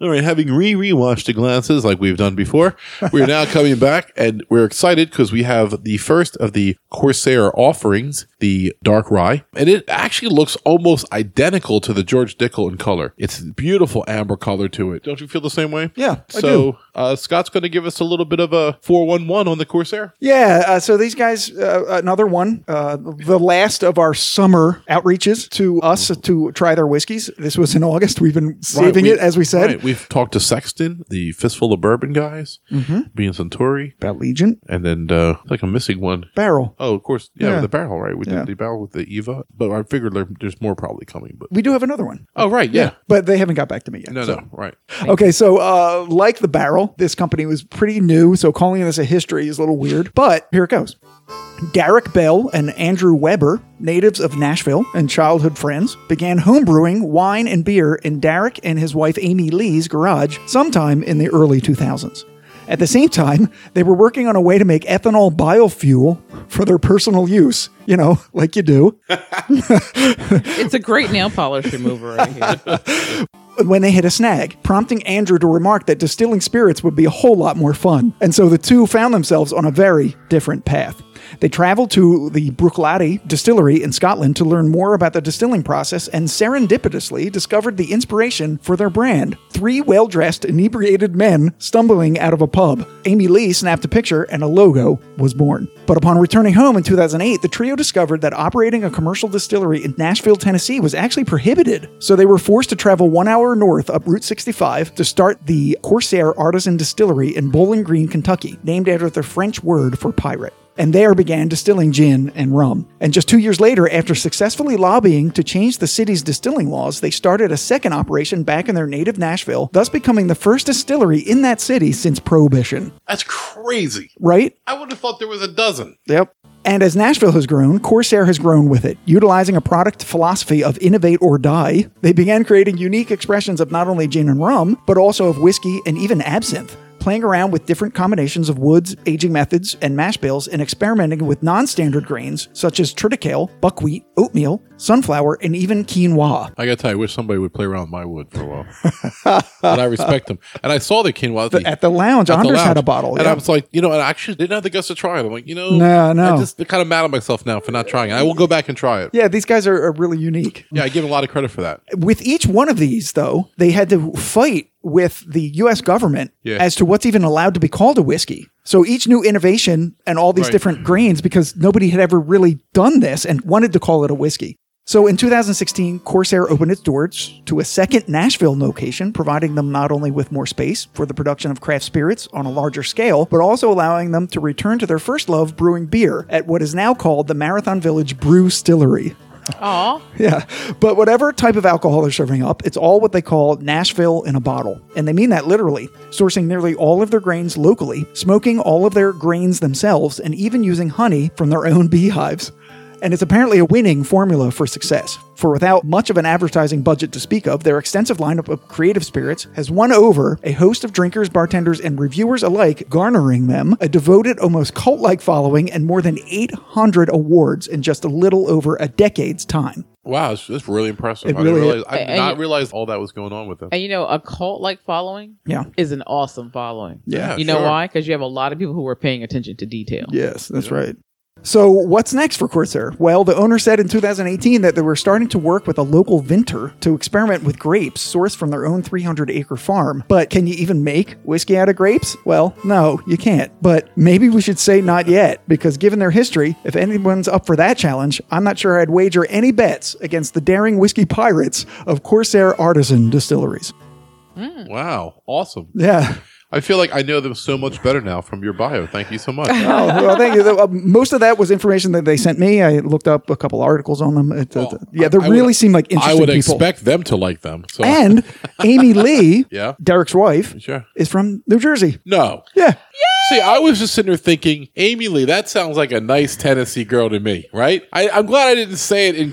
B: All right, having re rewatched the glasses like we've done before, we're now coming back and we're excited because we have the first of the Corsair offerings, the Dark Rye. And it actually looks almost identical to the George Dickel in color. It's a beautiful amber color to it. Don't you feel the same way?
A: Yeah, I
B: So Uh, Scott's going to give us a little bit of a 411 on the Corsair.
A: Yeah, uh, so these guys, uh, another one, uh, the last of our summer outreaches to us to try their whiskeys. This was in August. We've been saving
B: we-
A: it, as we said.
B: Right, we've talked to Sexton, the Fistful of Bourbon guys,
A: Mm-hmm.
B: being Centauri,
A: About Legion
B: and then uh, I think I'm missing one.
A: Barrel.
B: Oh, of course. Yeah,
A: Yeah.
B: the barrel, right? We
A: Yeah.
B: did the barrel with the Eva, but I figured there, there's more probably coming. But
A: We do have another one,
B: oh, right, yeah.
A: but they haven't got back to me yet.
B: No,
A: so.
B: no, right.
A: Okay, so uh, like the barrel, this company was pretty new, so calling this a history is a little weird, but here it goes. Derek Bell and Andrew Weber, natives of Nashville and childhood friends, began homebrewing wine and beer in Derek and his wife Amy Lee's garage sometime in the early 2000s. At the same time, they were working on a way to make ethanol biofuel for their personal use, you know, like you do.
D: It's a great nail polish remover right here.
A: when they hit a snag, prompting Andrew to remark that distilling spirits would be a whole lot more fun. And so the two found themselves on a very different path. They traveled to the Bruichladdich distillery in Scotland to learn more about the distilling process and serendipitously discovered the inspiration for their brand. Three well dressed, inebriated men stumbling out of a pub. Amy Lee snapped a picture and a logo was born. But upon returning home in 2008, the trio discovered that operating a commercial distillery in Nashville, Tennessee was actually prohibited. So they were forced to travel one hour north up Route 65 to start the Corsair Artisan Distillery in Bowling Green, Kentucky, named after the French word for pirate. And there began distilling gin and rum. And just two years later, after successfully lobbying to change the city's distilling laws, they started a second operation back in their native Nashville, thus becoming the first distillery in that city since Prohibition.
B: That's crazy.
A: Right?
B: I would have thought there was a dozen.
A: Yep. And as Nashville has grown, Corsair has grown with it. Utilizing a product philosophy of innovate or die, they began creating unique expressions of not only gin and rum, but also of whiskey and even absinthe, playing around with different combinations of woods, aging methods, and mash bills, and experimenting with non standard grains such as triticale, buckwheat, oatmeal, sunflower, and even quinoa.
B: I got to tell you, I wish somebody would play around with my wood for a while. but I respect them. And I saw the quinoa at the,
A: At the lounge,
B: at the
A: Anders had
B: lounge,
A: a bottle.
B: And
A: yeah.
B: I was like, you know, and I actually didn't have the guts to try it. I'm like, you know,
A: No, no.
B: I'm just kind of mad at myself now for not trying it. I will go back and try it.
A: yeah, these guys are, are really unique.
B: Yeah, I give him a lot of credit for that.
A: with each one of these, though, they had to fight with the U.S. government
B: Yeah.
A: as to what's even allowed to be called a whiskey. So each new innovation and all these
B: Right.
A: different grains, because nobody had ever really done this and wanted to call it a whiskey. So in 2016, Corsair opened its doors to a second Nashville location, providing them not only with more space for the production of craft spirits on a larger scale, but also allowing them to return to their first love, brewing beer, at what is now called the Marathon Village Brew Stillery.
D: Aw.
A: Yeah. But whatever type of alcohol they're serving up, it's all what they call Nashville in a bottle. And they mean that literally, sourcing nearly all of their grains locally, smoking all of their grains themselves, and even using honey from their own beehives. And it's apparently a winning formula for success. For without much of an advertising budget to speak of, their extensive lineup of creative spirits has won over a host of drinkers, bartenders, and reviewers alike, garnering them a devoted, almost cult like following and more than 800 awards in just a little over a decade's time.
B: Wow, that's, that's really impressive.
A: It
B: I, didn't
A: really-
B: realize, I did
D: And-
B: not realize all that was going on with them.
D: And you know, a cult like following
A: Yeah.
D: is an awesome following.
B: Yeah,
D: You know
B: sure.
D: why? Because you have a lot of people who are paying attention to detail.
A: Yes, that's right. So, what's next for Corsair? Well, the owner said in 2018 that they were starting to work with a local vinter to experiment with grapes sourced from their own 300 acre farm. But can you even make whiskey out of grapes? Well, no, you can't. But maybe we should say not yet, because given their history, if anyone's up for that challenge, I'm not sure I'd wager any bets against the daring whiskey pirates of Corsair artisan distilleries.
B: Wow, awesome.
A: Yeah.
B: I feel like I know them so much better now from your bio. Thank you so much.
A: Oh, well, thank you. Uh, Most of that was information that they sent me. I looked up a couple articles on them. It, uh,
B: Well,
A: yeah, they
B: I- I
A: really
B: would-
A: seem like interesting
B: I would
A: people.
B: expect them to like them. So
A: and Amy Lee,
B: Yeah.
A: Derek's wife,
B: Sure.
A: is from New Jersey.
B: no.
A: Yeah.
B: See, I was just sitting there thinking, Amy Lee, that sounds like a nice Tennessee girl to me, right? I, I'm glad I didn't say it in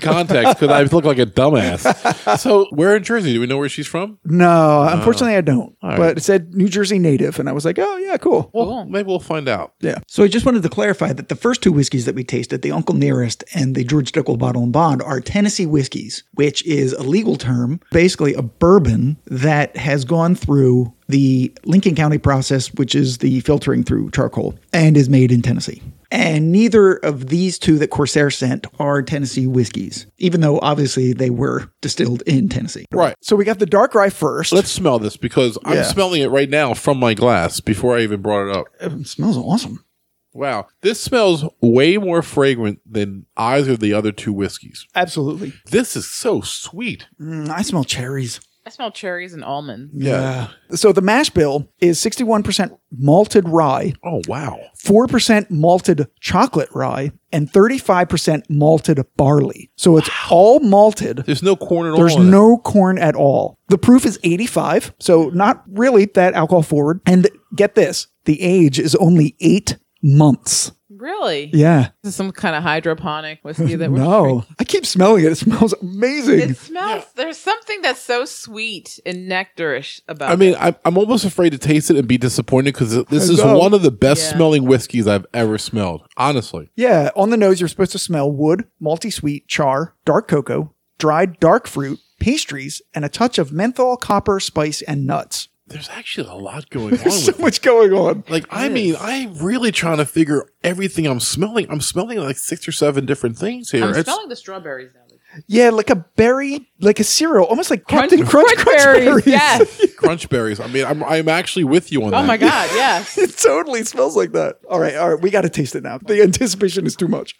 B: context because I look like a dumbass. So, where in Jersey? Do we know where she's from?
A: No, unfortunately, I don't.
B: All right.
A: But it said New Jersey native, and I was like, oh yeah, cool.
B: Well, maybe we'll find out.
E: So I just wanted to clarify that the first two whiskeys that we tasted, the Uncle Nearest and the George Dickel Bottle and Bond, are Tennessee whiskeys, which is a legal term, basically a bourbon that has gone through the Lincoln County process, which is the filtering through charcoal, and is made in Tennessee. And neither of these two that Corsair sent are Tennessee whiskeys, even though obviously they were distilled in Tennessee.
B: Right.
A: So we got the dark rye 1st
B: Let's smell this because I'm
A: Yeah.
B: smelling it right now from my glass before I even brought it up.
A: it smells awesome.
B: Wow. This smells way more fragrant than either of the other two whiskeys.
A: Absolutely.
B: This is so sweet.
A: Mm, I smell cherries.
D: I smell cherries and almonds.
B: Yeah.
A: So the mash bill is 61% malted rye,
B: Oh, wow.
A: 4% malted chocolate rye, and 35% malted barley. So it's all malted.
B: There's no corn at
A: There's
B: all. in it.
A: no corn at all. The proof is 85, so not really that alcohol forward. And get this, the age is only eight months.
D: Really?
A: Yeah.
D: This is some kind of hydroponic whiskey that we're
A: No,
D: drinking.
A: I keep smelling it. It smells amazing.
D: It smells. There's something that's so sweet and nectarish about.
B: I mean, I, I'm almost afraid to taste it and be disappointed because this is
A: know.
B: one of the best
D: Yeah.
B: smelling whiskeys I've ever smelled. Honestly,
A: yeah, on the nose, you're supposed to smell wood, malty sweet, char, dark cocoa, dried dark fruit, pastries, and a touch of menthol, copper, spice, and nuts.
B: there's actually a lot going on.
A: There's so
B: with it.
A: much going on.
B: Like, I mean, I'm really trying to figure everything I'm smelling. I'm smelling like six or seven different things here.
D: it. I'm
B: It's-
D: smelling the strawberries now.
A: Yeah, like a berry, like a cereal, almost like
D: Crunch-
A: Captain Crunch,
D: Crunch
A: Crunch
D: berries,
A: berries.
D: yes.
B: crunch berries. I mean, I'm, I'm actually with you on that.
D: Oh my god, yes.
A: it totally smells like that. All right, all right, we got to taste it now. The anticipation is too much.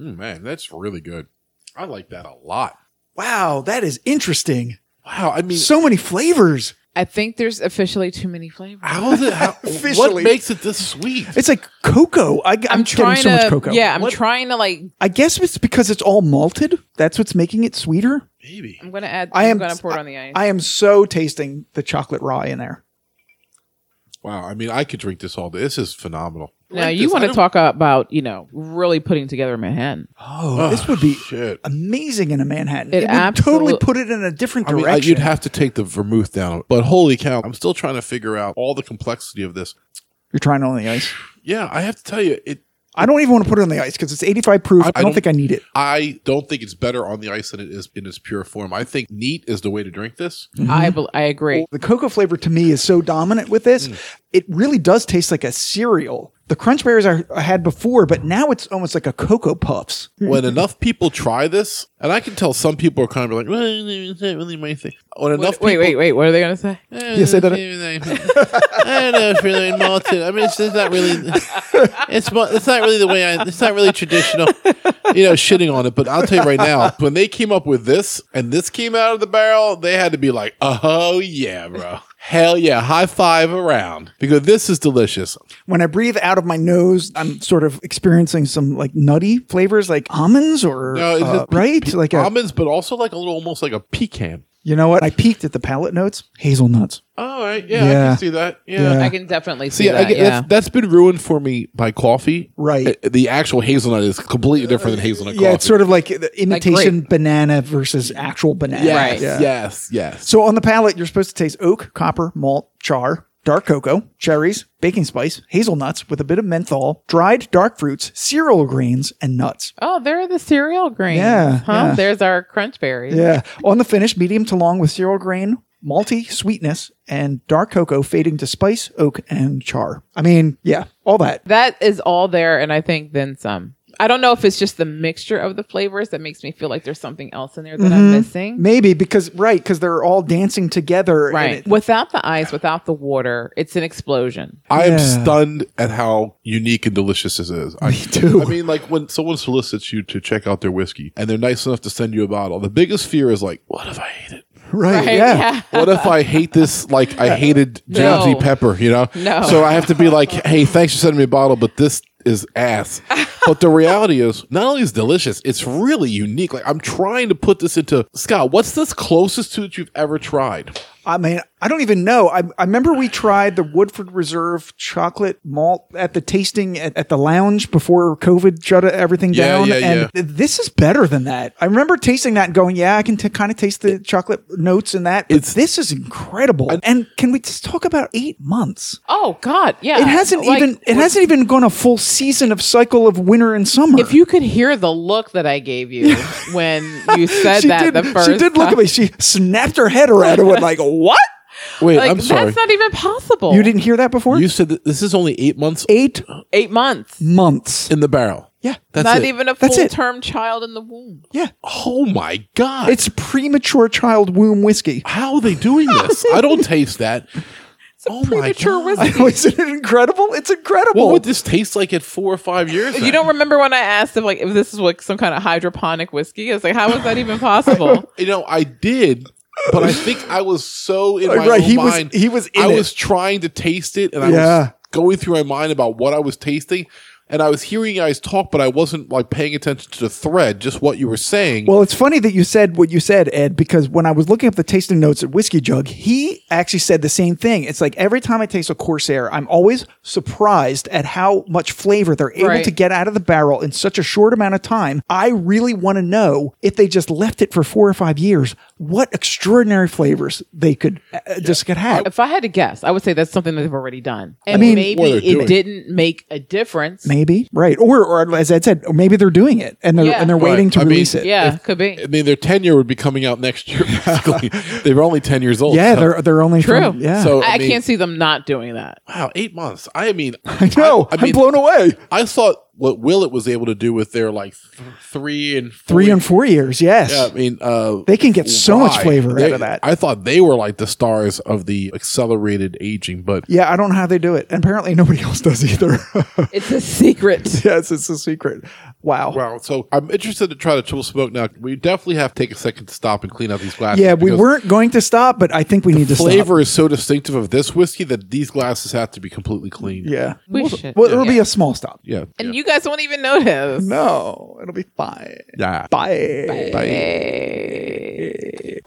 B: Mm, man, that's really good. I like that a lot.
A: Wow, that is interesting.
B: Wow. I mean,
A: So many flavors.
D: I think there's officially too many flavors.
B: how is it? How,
A: Officially.
B: what makes it this sweet?
A: It's like cocoa. I, I'm,
D: I'm trying
A: getting so
D: to,
A: much cocoa.
D: yeah, I'm
B: What-
D: trying to like.
A: I guess it's because it's all malted. That's what's making it sweeter.
B: Maybe.
D: I'm gonna add.
A: I
D: I am
A: am-
D: gonna pour it on the ice.
A: I am so tasting the chocolate rye in there.
B: Wow. I mean, I could drink this all day. This is phenomenal.
D: now
B: Like
D: you
B: this,
D: want
B: I
D: to
B: don't-
D: talk about you know really putting together Manhattan?
A: Oh,
B: Oh,
A: this would be
B: shit.
A: amazing in a Manhattan.
D: It
A: It, would totally
D: absolute-
A: put it in a different
B: I mean,
A: direction.
B: I- you'd have to take the vermouth down, but holy cow, I'm still trying to figure out all the complexity of this.
A: You're trying it on the ice.
B: Yeah, I have to tell you, it.
A: I don't even want to put it on the ice because it's 85 proof. I,
B: I- I
A: don't
B: don't-
A: think I need it.
B: I don't think it's better on the ice than it is in its pure form. I think neat is the way to drink this.
A: Mm-hmm.
D: I bel I agree.
A: The cocoa flavor to me is so dominant with this.
B: Mm.
A: It really does taste like a cereal. The crunch berries I I had before, but now it's almost like a cocoa puffs.
B: When enough people try this, and I can tell some people are kind of like, well, it's not really my thing. When enough
D: What- wait,
B: people,
D: wait, wait. What are they gonna say?
A: Yes, I did
B: I don't know. It's really malted. I mean, it's just not really. It's mo- it's not really the way I. It's not really traditional. You know, shitting on it. But I'll tell you right now, when they came up with this and this came out of the barrel, they had to be like, "Oh yeah, bro, hell yeah, high five around," because this is delicious.
A: When I breathe out of my nose, I'm sort of experiencing some like nutty flavors, like almonds or
B: No, it's
A: uh,
B: just pe-
A: right,
B: pe-
A: like a,
B: almonds, but also like a little, almost like a pecan.
A: you know what? I peeked at the palate notes, hazelnuts.
B: All right, yeah, I
A: Yeah.
B: can see that.
A: Yeah.
B: yeah.
D: I can definitely see
B: See, I
D: that.
B: get,
D: yeah.
B: that's, that's been ruined for me by coffee.
A: Right.
B: Uh, The actual hazelnut is completely different than hazelnut
A: Yeah,
B: coffee.
A: it's sort of like the imitation banana versus actual banana.
B: yes,
D: Right.
A: Yeah.
B: yes, yes.
A: So on the palate, you're supposed to taste oak, copper, malt, char, dark cocoa, cherries, baking spice, hazelnuts with a bit of menthol, dried dark fruits, cereal grains, and nuts.
D: oh, there are the cereal grains.
A: Yeah,
D: Huh?
A: yeah.
D: There's our crunch berries.
A: Yeah. On the finish, medium to long with cereal grain, malty sweetness, and dark cocoa fading to spice, oak, and char. I mean, yeah, all that.
D: That is all there, and I think then some. I don't know if it's just the mixture of the flavors that makes me feel like there's something else in there that I'm missing.
A: Maybe because right, because they're all dancing together. and
D: Right.
A: it-
D: without the ice, without the water, it's an explosion.
B: I am
A: Yeah.
B: stunned at how unique and delicious this is. I,
A: too.
B: I mean, like when someone solicits you to check out their whiskey and they're nice enough to send you a bottle, the biggest fear is like, what if I hate it?
A: right.
D: Right?
A: Yeah.
B: What if I hate this? Like I hated Jonesy
D: No.
B: Pepper, you know?
D: No.
B: So I have to be like, hey, thanks for sending me a bottle, but this is ass. But the reality is, not only is it delicious, it's really unique. Like I'm trying to put this into Scott. What's this closest to that you've ever tried?
A: I mean, I don't even know. I, I remember we tried the Woodford Reserve chocolate malt at the tasting at, at the lounge before COVID shut e, everything
B: Yeah,
A: down.
B: yeah,
A: and
B: yeah.
A: th- this is better than that. I remember tasting that and going, yeah, I can t- kind of taste the chocolate notes in that. But
B: It's-
A: this is incredible. and can we just talk about eight months?
D: Oh God, yeah.
A: It hasn't
D: Like,
A: even it hasn't even gone a full season of cycle of winter and summer.
D: If you could hear the look that I gave you when you said
A: she
D: that
A: did,
D: the first
A: she did look at
D: time.
A: me. She snapped her head around and went like, "What?
B: Wait,
D: Like,
B: I'm sorry.
D: That's not even possible.
A: You didn't hear that before?
B: you said that this is only eight months
A: eight
D: eight months.
A: months.
B: in the barrel.
A: Yeah,
B: That's
D: not
B: it.
D: even a
A: That's
D: full
A: it.
D: term child in the womb.
A: yeah.
B: Oh my god!
A: It's premature child womb whiskey.
B: how are they doing this? I don't taste that.
D: It's a
B: Oh my
D: premature
B: God.
A: I
D: whiskey.
A: know, Isn't it incredible? It's incredible.
B: What would this taste like at four or five years?
D: You
B: then?
D: don't remember when I asked if like if this is like some kind of hydroponic whiskey? I was like, how is that even possible?
B: You know, I did, but I think I was so in my
A: Right,
B: own
A: he was-
B: mind.
A: he was in
B: I
A: it.
B: was trying to taste it, and I
A: Yeah.
B: was going through my mind about what I was tasting, and I was hearing you guys talk, but I wasn't like paying attention to the thread, just what you were saying.
A: well, it's funny that you said what you said, Ed, because when I was looking up the tasting notes at Whiskey Jug, he actually said the same thing. It's like every time I taste a Corsair, I'm always surprised at how much flavor they're able
D: Right.
A: to get out of the barrel in such a short amount of time. I really want to know if they just left it for four or five years, what extraordinary flavors they could uh, just could have.
D: if I had to guess, I would say that's something that they've already done. And
A: mean-
D: maybe
B: Or they're
D: it
B: doing.
D: didn't make a difference.
A: Maybe right, or or as Ed said, or maybe they're doing it and they're
D: Yeah.
A: and they're
B: Right.
A: waiting to
B: I mean,
A: release it.
D: yeah, could be.
B: I mean, their tenure would be coming out next year. basically. they were only ten years old.
A: Yeah,
B: so-
A: they're they're only
D: True.
A: From, yeah.
B: So
D: I,
B: I mean-
D: can't see them not doing that.
B: wow, eight months. I mean,
A: I know.
B: I- I
A: I'm
B: mean-
A: blown away.
B: I thought what Willett was able to do with their like th- three and four
A: Three and four years. Yes.
B: Yeah, I mean, uh,
A: They can get so much
B: why?
A: flavor
B: They-
A: out of that.
B: I thought they were like the stars of the accelerated aging, but
A: yeah, I don't know how they do it. And apparently nobody else does either.
D: It's a secret.
A: yes, it's a secret. Wow.
B: wow. So I'm interested to try to triple smoke now. We definitely have to take a second to stop and clean out these glasses.
A: Yeah, we
B: because
A: weren't going to stop, but I think we need to
B: Flavor
A: stop.
B: is so distinctive of this whiskey that these glasses have to be completely clean.
A: Yeah.
D: We
A: Well,
D: should-
A: well, it'll
D: yeah.
A: be a small stop.
B: yeah,
D: And you guys won't even notice.
A: No, it'll be fine.
B: yeah.
A: Bye.
D: Eh,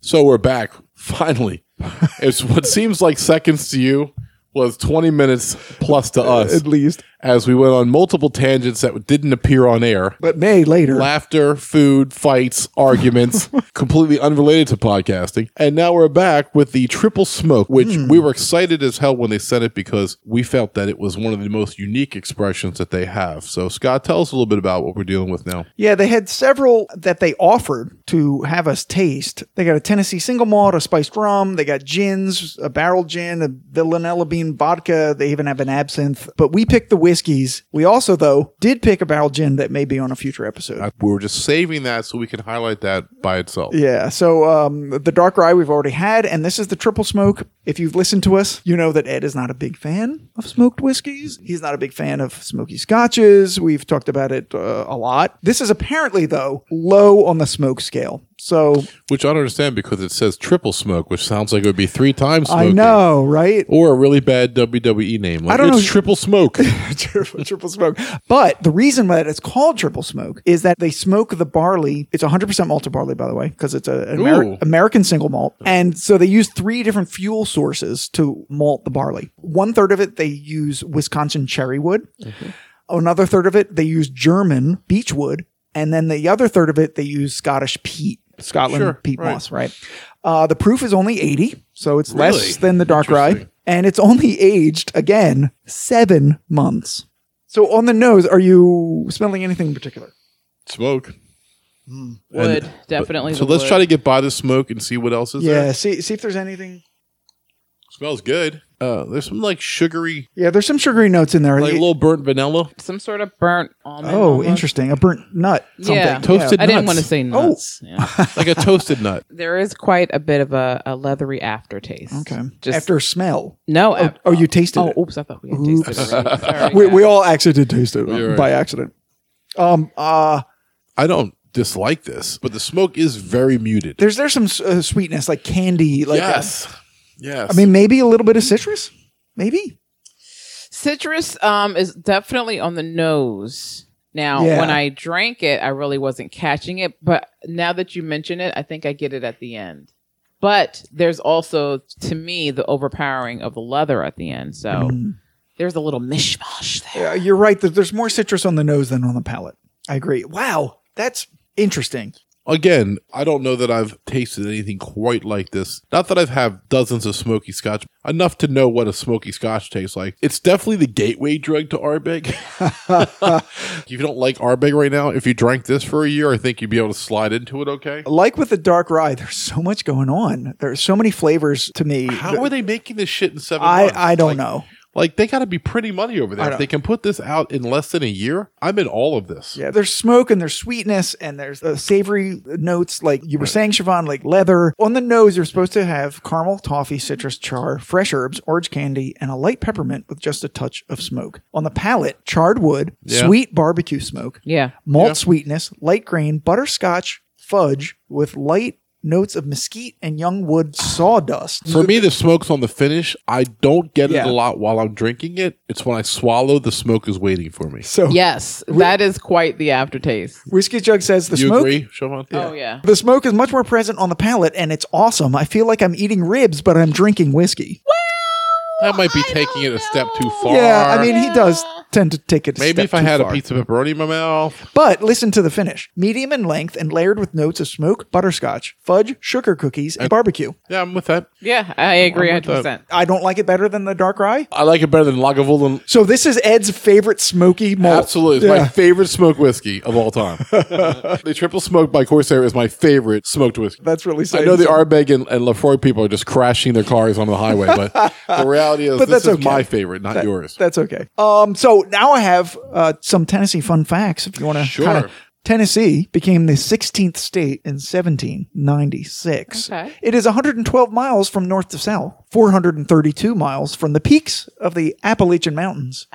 B: So we're back finally. it's what seems like seconds to you was 20 minutes plus to us
A: At least.
B: as we went on multiple tangents that didn't appear on air.
A: But May later.
B: laughter, food, fights, arguments, completely unrelated to podcasting. And now we're back with the triple smoke, which we were excited as hell when they sent it because we felt that it was one of the most unique expressions that they have. So, Scott, tell us a little bit about what we're dealing with now.
A: Yeah, they had several that they offered to have us taste. They got a Tennessee single malt, a spiced rum. They got gins, a barrel gin, a vanilla bean vodka. They even have an absinthe. But we picked the whiskeys. We also, though, did pick a barrel gin that may be on a future episode.
B: Uh, We were just saving that so we can highlight that by itself.
A: yeah, so um, the dark rye we've already had, and this is the triple smoke. If you've listened to us, you know that Ed is not a big fan of smoked whiskeys. He's not a big fan of smoky scotches. We've talked about it uh, a lot. This is apparently, though, low on the smoke scale. So
B: Which I don't understand because it says triple smoke, which sounds like it would be three times
A: I
B: smoking.
A: know, right?
B: Or a really bad WWE name. Like,
A: I don't
B: it's
A: know-
B: triple smoke.
A: triple, triple smoke. But the reason that it's called triple smoke is that they smoke the barley. It's 100% malted barley, by the way, because it's a, an Ameri-
B: Ooh.
A: American single malt. And so they use three different fuel sources to malt the barley. One third of it, they use Wisconsin cherry wood.
B: Mm-hmm.
A: Another third of it, they use German beech wood. And then the other third of it, they use Scottish peat, Scotland
B: Sure,
A: peat
B: right.
A: moss, right? Uh, the proof is only 80, so it's
B: Really?
A: less than the dark rye.
B: Interesting.
A: And it's only aged, again, seven months. So on the nose, are you smelling anything in particular?
B: smoke.
D: Hmm. Would definitely.
B: So
D: the
B: let's
D: wood.
B: try to get by the smoke and see what else is there.
A: Yeah, see see if there's anything.
B: Smells good. Uh, there's some like sugary,
A: Yeah, there's some sugary notes in there.
B: like a little burnt vanilla.
D: Some sort of burnt almond.
A: oh,
D: almost.
A: interesting. Oh. A burnt nut. Something.
D: Yeah.
B: Toasted
D: I didn't
B: nuts.
D: want to say nuts. Yeah.
B: like a toasted nut.
D: There is quite a bit of a, a leathery aftertaste.
A: Okay.
D: Just
A: After smell.
D: no.
A: Oh, oh, you tasted
D: oh,
A: it.
D: oops! I thought we had tasted it. already. Sorry,
A: We,
D: guys.
A: we all accidentally tasted it
B: You're right.
A: by accident. Um. Uh.
B: I don't dislike this, but the smoke is very muted.
A: There's there's some s- uh, sweetness like candy. Like uh,
B: yes. yes.
A: I mean, maybe a little bit of citrus. Maybe.
D: Citrus um is definitely on the nose. Now,
A: Yeah.
D: when I drank it, I really wasn't catching it, but now that you mention it, I think I get it at the end. But there's also to me the overpowering of the leather at the end. So there's a little mishmash there.
A: Yeah, you're right. That there's more citrus on the nose than on the palate. I agree. Wow, that's interesting.
B: Again, I don't know that I've tasted anything quite like this. Not that I've had dozens of smoky scotch, enough to know what a smoky scotch tastes like. It's definitely the gateway drug to Arbeg. if you don't like Arbeg right now, if you drank this for a year, I think you'd be able to slide into it okay.
A: Like with the dark rye, there's so much going on. There's so many flavors to me.
B: How are they making this shit in seven
A: I
B: months?
A: I don't
B: Like-
A: know.
B: Like, they got to be pretty money over
A: I
B: there. If
A: don't-
B: they can put this out in less than a year, I'm in all of this.
A: Yeah, there's smoke and there's sweetness and there's uh, savory notes like you were saying, Siobhan, like leather. On the nose, you're supposed to have caramel, toffee, citrus, char, fresh herbs, orange candy, and a light peppermint with just a touch of smoke. On the palate, charred wood,
B: Yeah.
A: sweet barbecue smoke,
D: Yeah.
A: malt sweetness, light grain, butterscotch, fudge with light notes of mesquite and young wood sawdust.
B: For me, the smoke's on the finish. I don't get
A: Yeah.
B: it a lot while I'm drinking it. It's when I swallow, the smoke is waiting for me.
A: So,
D: Yes, that is quite the aftertaste.
A: Whiskey Jug says the
B: Do you
A: smoke
B: agree, Siobhan?
D: Oh yeah.
A: The smoke is much more present on the palate, and it's awesome. I feel like I'm eating ribs, but I'm drinking whiskey.
B: That might be taking it a step too far.
A: Yeah, I mean, he does tend to take it. A
B: maybe
A: step
B: if I
A: too
B: had
A: far.
B: a pizza pepperoni in my mouth.
A: But listen to the finish: medium in length and layered with notes of smoke, butterscotch, fudge, sugar cookies, and barbecue.
B: Yeah, I'm with that.
D: Yeah, I agree 100%.
A: I don't like it better than the dark rye.
B: I like it better than Lagavulin.
A: So this is Ed's favorite smoky malt.
B: Absolutely, it's my
A: Oh, Yeah.
B: favorite smoked whiskey of all time. the triple smoked by Corsair is my favorite smoked whiskey.
A: That's really.
B: I
A: Saying
B: know the
A: something.
B: Arbeg and, and Lafroy people are just crashing their cars on the highway, but the reality is
A: But
B: this
A: that's
B: is
A: okay.
B: my favorite, not
A: That-
B: yours.
A: That's okay. Um, so now I have uh, some Tennessee fun facts. If you want to,
B: Sure.
A: kind of. Tennessee became the 16th state in 1796.
D: Okay.
A: It is 112 miles from north to south, 432 miles from the peaks of the Appalachian Mountains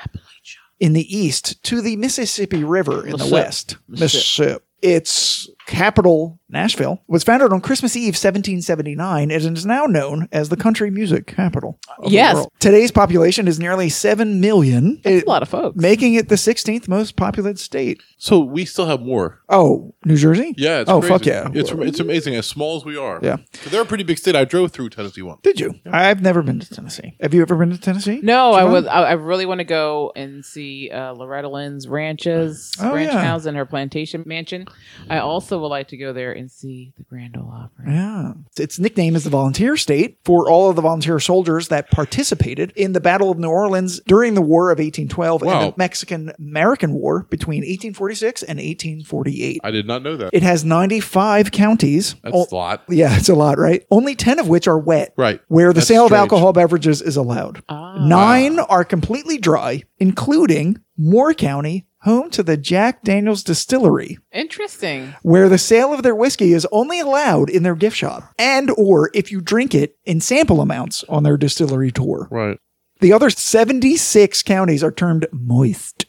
A: in the east to the Mississippi River in the
D: Mississippi.
A: west. Mississippi. Its capital, Nashville, was founded on Christmas Eve 1779 and is now known as the country music capital. of the
D: Yes.
A: world. Today's population is nearly 7 million,
D: That's
A: it-
D: a lot of folks.
A: making it the 16th most populated state.
B: so we still have more.
A: Oh, New Jersey?
B: Yeah. It's
A: oh,
B: crazy.
A: fuck yeah.
B: It's it's amazing as small as we are.
A: Yeah.
B: So they're a pretty big state. I drove through Tennessee once.
A: Did you? I've never been to Tennessee. Have you ever been to Tennessee?
D: No, I
A: Siobhan?
D: would. I, I really want to go and see uh, Loretta Lynn's ranches,
A: Oh,
D: ranch
A: yeah.
D: house, and her plantation mansion. I also would like to go there and see the Grand Ole Opry.
A: Yeah. Its nickname is the Volunteer State for all of the volunteer soldiers that participated in the Battle of New Orleans during the War of 1812 and
B: Wow.
A: the Mexican American War between 1846 and 1848.
B: I did not know that.
A: It has 95 counties.
B: That's
A: Oh,
B: a lot.
A: yeah, it's a lot, right? Only 10 of which are wet.
B: Right.
A: Where the
B: That's
A: sale of
B: strange.
A: alcohol beverages is allowed.
D: Ah.
A: Nine are completely dry, including Moore County, home to the Jack Daniels Distillery
D: Interesting.
A: where the sale of their whiskey is only allowed in their gift shop and or if you drink it in sample amounts on their distillery tour.
B: Right.
A: The other 76 counties are termed moist.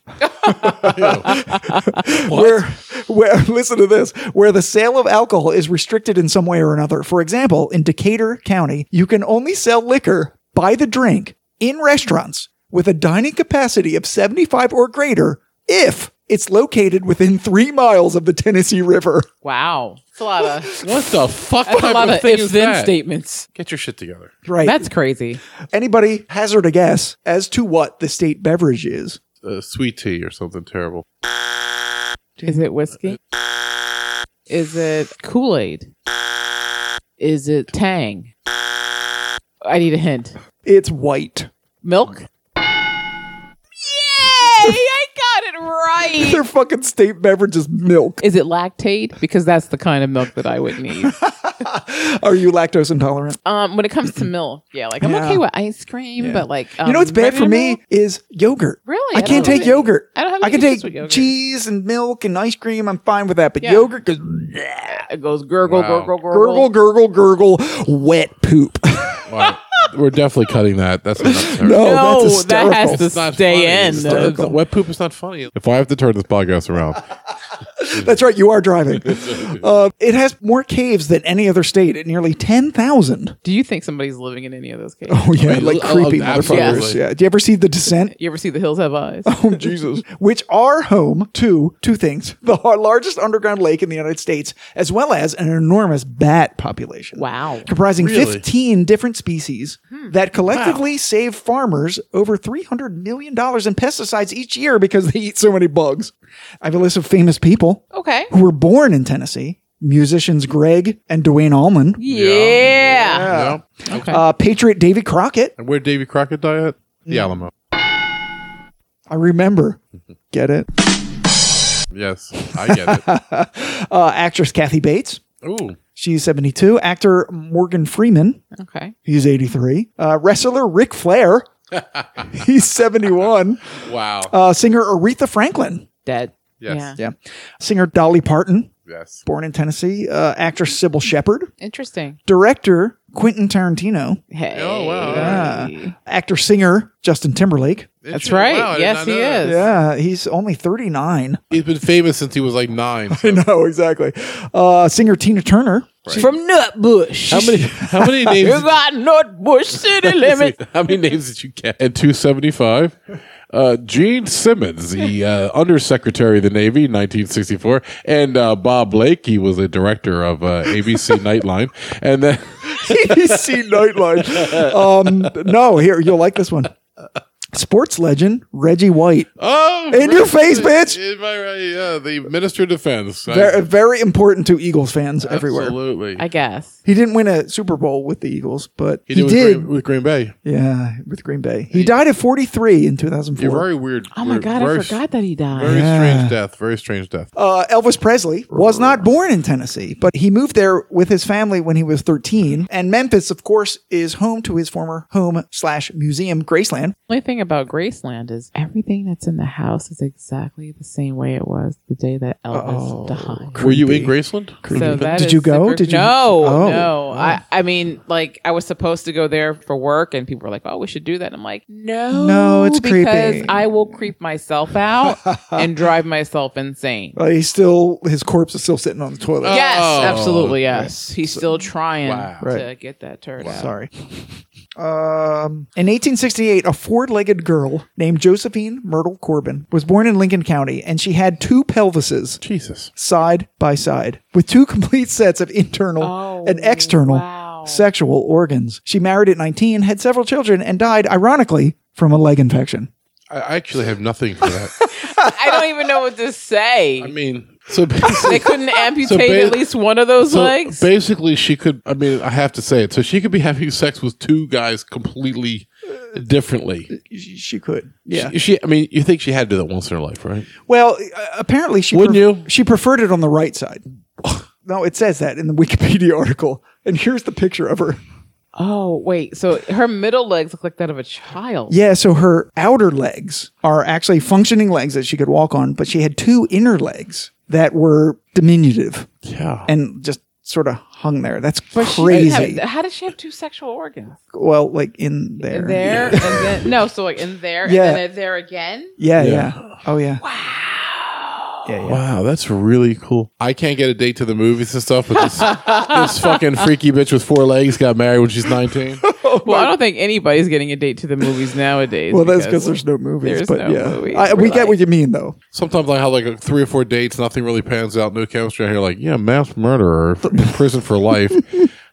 A: where, where listen to this, where the sale of alcohol is restricted in some way or another. For example, in Decatur County, you can only sell liquor by the drink in restaurants with a dining capacity of 75 or greater if it's located within 3 miles of the Tennessee River.
D: Wow, it's a lot of
B: What the fuck
D: that's a
B: type
D: lot
B: of
D: of
B: thing is
D: if then
B: that?
D: statements.
B: Get your shit together.
A: Right.
D: That's crazy.
A: anybody hazard a guess as to what the state beverage is?
B: Uh, sweet tea or something terrible.
D: Is it whiskey? Is it Kool Aid? Is it Tang? I need a hint.
A: It's white.
D: Milk. Yay! I got it right.
A: Their fucking state beverage is milk.
D: Is it lactate? Because that's the kind of milk that I would need.
A: Are you lactose intolerant?
D: Um, when it comes to milk, yeah, like I'm
A: Yeah.
D: okay with ice cream,
B: Yeah.
D: but like um,
A: you know what's bad for
D: regular
A: me
D: milk?
A: is yogurt.
D: Really?
A: I,
D: I
A: can't
D: don't
A: take
D: have any-
A: yogurt.
D: I don't have
A: I
D: any
A: can
D: issues
A: take
D: with yogurt.
A: cheese and milk and ice cream. I'm fine with that, but
D: Yeah.
A: yogurt goes
D: It goes gurgle,
B: Wow.
D: gurgle, gurgle,
A: gurgle, gurgle, gurgle, wet poop.
B: Wow.
C: We're definitely cutting that. That's not necessary.
A: no, that's
D: No,
A: hysterical.
D: that has to
B: It's not
D: stay
B: funny.
D: in.
B: It's
D: Uh,
B: not- the wet poop is not funny.
C: If I have to turn this podcast around,
A: That's right. You are driving. Uh, it has more caves than any other state at nearly 10,000.
D: Do you think somebody's living in any of those caves?
A: Oh, yeah.
B: I mean,
A: like
B: oh,
A: creepy
B: absolutely.
A: motherfuckers. Yeah. Do you ever see The Descent?
D: You ever see The Hills Have Eyes?
A: Oh, Jesus. Which are home to two things the largest underground lake in the United States, as well as an enormous bat population.
D: Wow.
A: Comprising
B: Really?
A: 15 different species that collectively save farmers over $300 million in pesticides each year because they eat so many bugs. I have a list of famous people
D: Okay.
A: who were born in Tennessee musicians Greg and Dwayne Allman,
D: Yeah.
B: Yeah.
D: Okay.
A: uh, patriot Davy Crockett.
C: and where Davy Crockett died at?
D: Mm.
C: The Alamo.
A: I remember. Get it?
C: Yes, I get it.
A: Uh, actress Kathy Bates.
C: Ooh,
A: She's 72. Actor Morgan Freeman.
D: okay.
A: He's 83. Uh, wrestler Ric Flair. He's 71.
C: wow.
B: Oh.
A: Uh, singer Aretha Franklin.
D: Dead.
C: Yes.
D: Yeah.
A: Yeah. Singer Dolly Parton,
C: Yes.
A: born in Tennessee. Uh, actress Sybil Shepherd.
D: Interesting.
A: Director Quentin Tarantino.
D: Hey.
C: Oh, wow.
A: Yeah. Actor singer Justin Timberlake.
D: That's right.
C: Wow, I did
D: Yes,
C: not
D: he
C: know that.
D: is.
A: Yeah, he's only 39.
B: He's been famous since he was like nine. so-
A: No, exactly. Uh, singer Tina Turner.
D: From Nutbush.
B: How many? How many
D: You
B: names?
D: got Nutbush City Limit.
B: How many names did you get?
C: And 275. Uh, Gene Simmons, the uh, Undersecretary of the Navy, 1964, and uh, Bob Blake, he was a director of uh, ABC Nightline, and then
A: ABC Nightline. Um, no, here you'll like this one. Sports legend Reggie White.
B: Oh,
A: In your face, bitch!
B: Am I right? Yeah, the Minister of Defense. I-
A: Very, very important to Eagles fans everywhere.
B: Absolutely.
D: I guess.
A: He didn't win a Super Bowl with the Eagles, but he, did.
B: did, With, Green, with Green Bay.
A: yeah, with Green Bay. He died at 43 in 2004.
B: You're very weird.
D: Oh my
B: weird-
D: God,
B: very,
D: I forgot that he died.
B: Very
A: Yeah.
B: strange death. Very strange death.
A: Uh, Elvis Presley was not born in Tennessee, but he moved there with his family when he was 13. And Memphis, of course, is home to his former home slash museum, Graceland.
D: only thing about Graceland is everything that's in the house is exactly the same way it was the day that Elvis died.
B: Were you in Graceland?
D: So that
A: Oh. Did
D: is
A: you go?
D: super-
A: Did you-
D: No,
A: Oh.
D: no. I, I mean, like, I was supposed to go there for work, and people were like, "Oh, we should do that." And I'm like, "No,
A: No, it's
D: because
A: creepy.
D: I will creep myself out and drive myself insane."
A: Uh, he's still, his corpse is still sitting on the toilet.
D: yes,
B: Oh.
D: absolutely. Yes, he's still trying
B: Wow.
D: to
A: Right.
D: get that turd out.
A: Sorry. Um, in 1868, a four-legged girl named Josephine Myrtle Corbin was born in Lincoln County, and she had two pelvises
B: Jesus.
A: side by side with two complete sets of internal
D: Oh,
A: and external
D: wow.
A: sexual organs. She married at 19, had several children, and died, ironically, from a leg infection.
B: I I actually have nothing for that.
D: I don't even know what to say.
B: I mean, so basically,
D: they couldn't amputate
B: ba-
D: at least one of those
B: so
D: legs.
B: basically, she could. I mean, I have to say it. So she could be having sex with two guys completely differently.
A: She, she could, yeah.
B: She, she- I mean, you think she had to do that once in her life, right?
A: well, uh, apparently she
B: Wouldn't
A: pref-
B: you?
A: she preferred it on the right side. no, it says that in the Wikipedia article, and here's the picture of her.
D: oh wait, so her middle legs look like that of a child.
A: Yeah, so her outer legs are actually functioning legs that she could walk on, but she had two inner legs that were diminutive
B: Yeah.
A: and just sort of hung there. That's
D: She didn't have-
A: crazy.
D: how did she have two sexual organs?
A: well, like in there.
D: in there and then no so like in there
A: Yeah.
D: and then there again
A: Yeah, yeah.
B: Yeah.
A: Oh yeah. Wow. Yeah, yeah.
B: Wow, that's really cool. I can't get a date to the movies and stuff, but this, this fucking freaky bitch with four legs got married when she's 19.
D: well i don't think anybody's getting a date to the movies nowadays
A: Oh, Well, that's because there's no movies,
D: there's
A: but
D: no
A: yeah,
D: movies.
A: I, we
D: We're
A: get
D: like-
A: what you mean, though.
B: Sometimes I have like three or four dates, nothing really pans out, no chemistry. I hear like, yeah, mass murderer, in prison for life.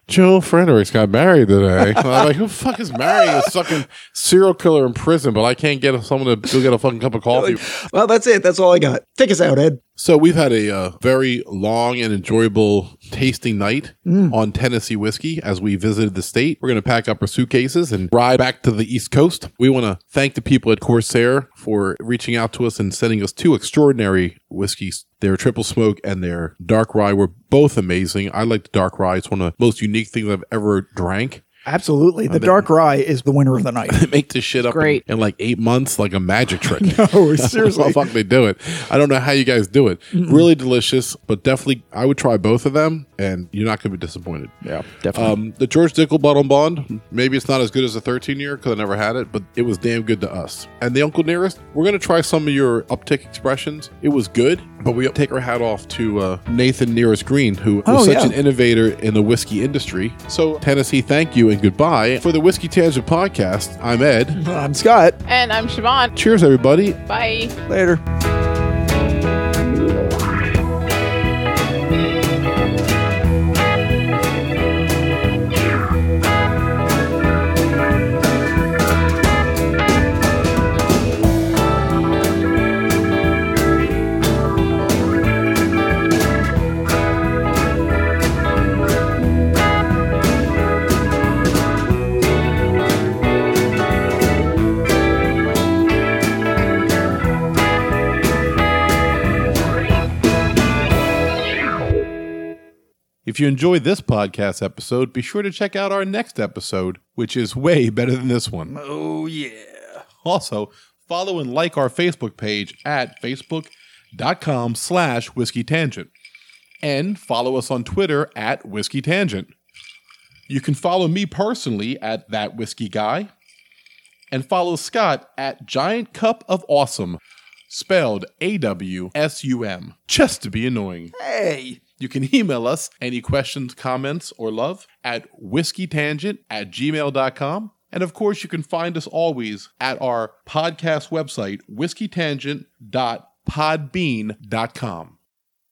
B: Joe Fredericks got married today. I'm like, who the fuck is marrying a fucking serial killer in prison? But I can't get someone to go get a fucking cup of coffee.
E: Well, that's it. That's all I got. Take us out, Ed.
B: So we've had a uh, very long and enjoyable tasting night on Tennessee whiskey as we visited the state. We're going to pack up our suitcases and ride back to the East Coast. We want to thank the people at Corsair for reaching out to us and sending us two extraordinary whiskeys. Their triple smoke and their dark rye were both amazing. I like the dark rye. It's one of the most unique things I've ever drank.
A: Absolutely. The dark rye is the winner of the night.
B: They make this shit up in-
D: Great.
B: In, like eight months, like a magic trick.
A: oh,
B: How
A: seriously.
B: the fuck they do it? I don't know how you guys do it. Really delicious, but definitely I would try both of them, and you're not going to be disappointed.
C: Yeah, definitely.
B: Um, the George Dickel Bottle Bond, maybe it's not as good as the 13 year because I never had it, but it was damn good to us. And the Uncle Nearest, we're going to try some of your uptick expressions. It was good, but we take our hat off to uh, Nathan Nearest Green, who was
A: Oh,
B: such
A: yeah.
B: an innovator in the whiskey industry. So, Tennessee, thank you and goodbye. For the Whiskey Tangent podcast, I'm Ed.
A: I'm Scott.
D: And I'm Siobhan.
B: Cheers, everybody.
D: Bye.
A: Later.
B: If you enjoyed this podcast episode, be sure to check out our next episode, which is way better than this one. Oh, yeah. Also, follow and like our Facebook page at facebook.com slash whiskey tangent. And follow us on Twitter at whiskey tangent. You can follow me personally at that whiskey guy. And follow Scott at Giant Cup of Awesome, spelled A W S U M, just to be annoying. You can email us any questions, comments, or love at whiskeytangent at gmail.com. And of course, you can find us always at our podcast website, whiskeytangent.podbean.com.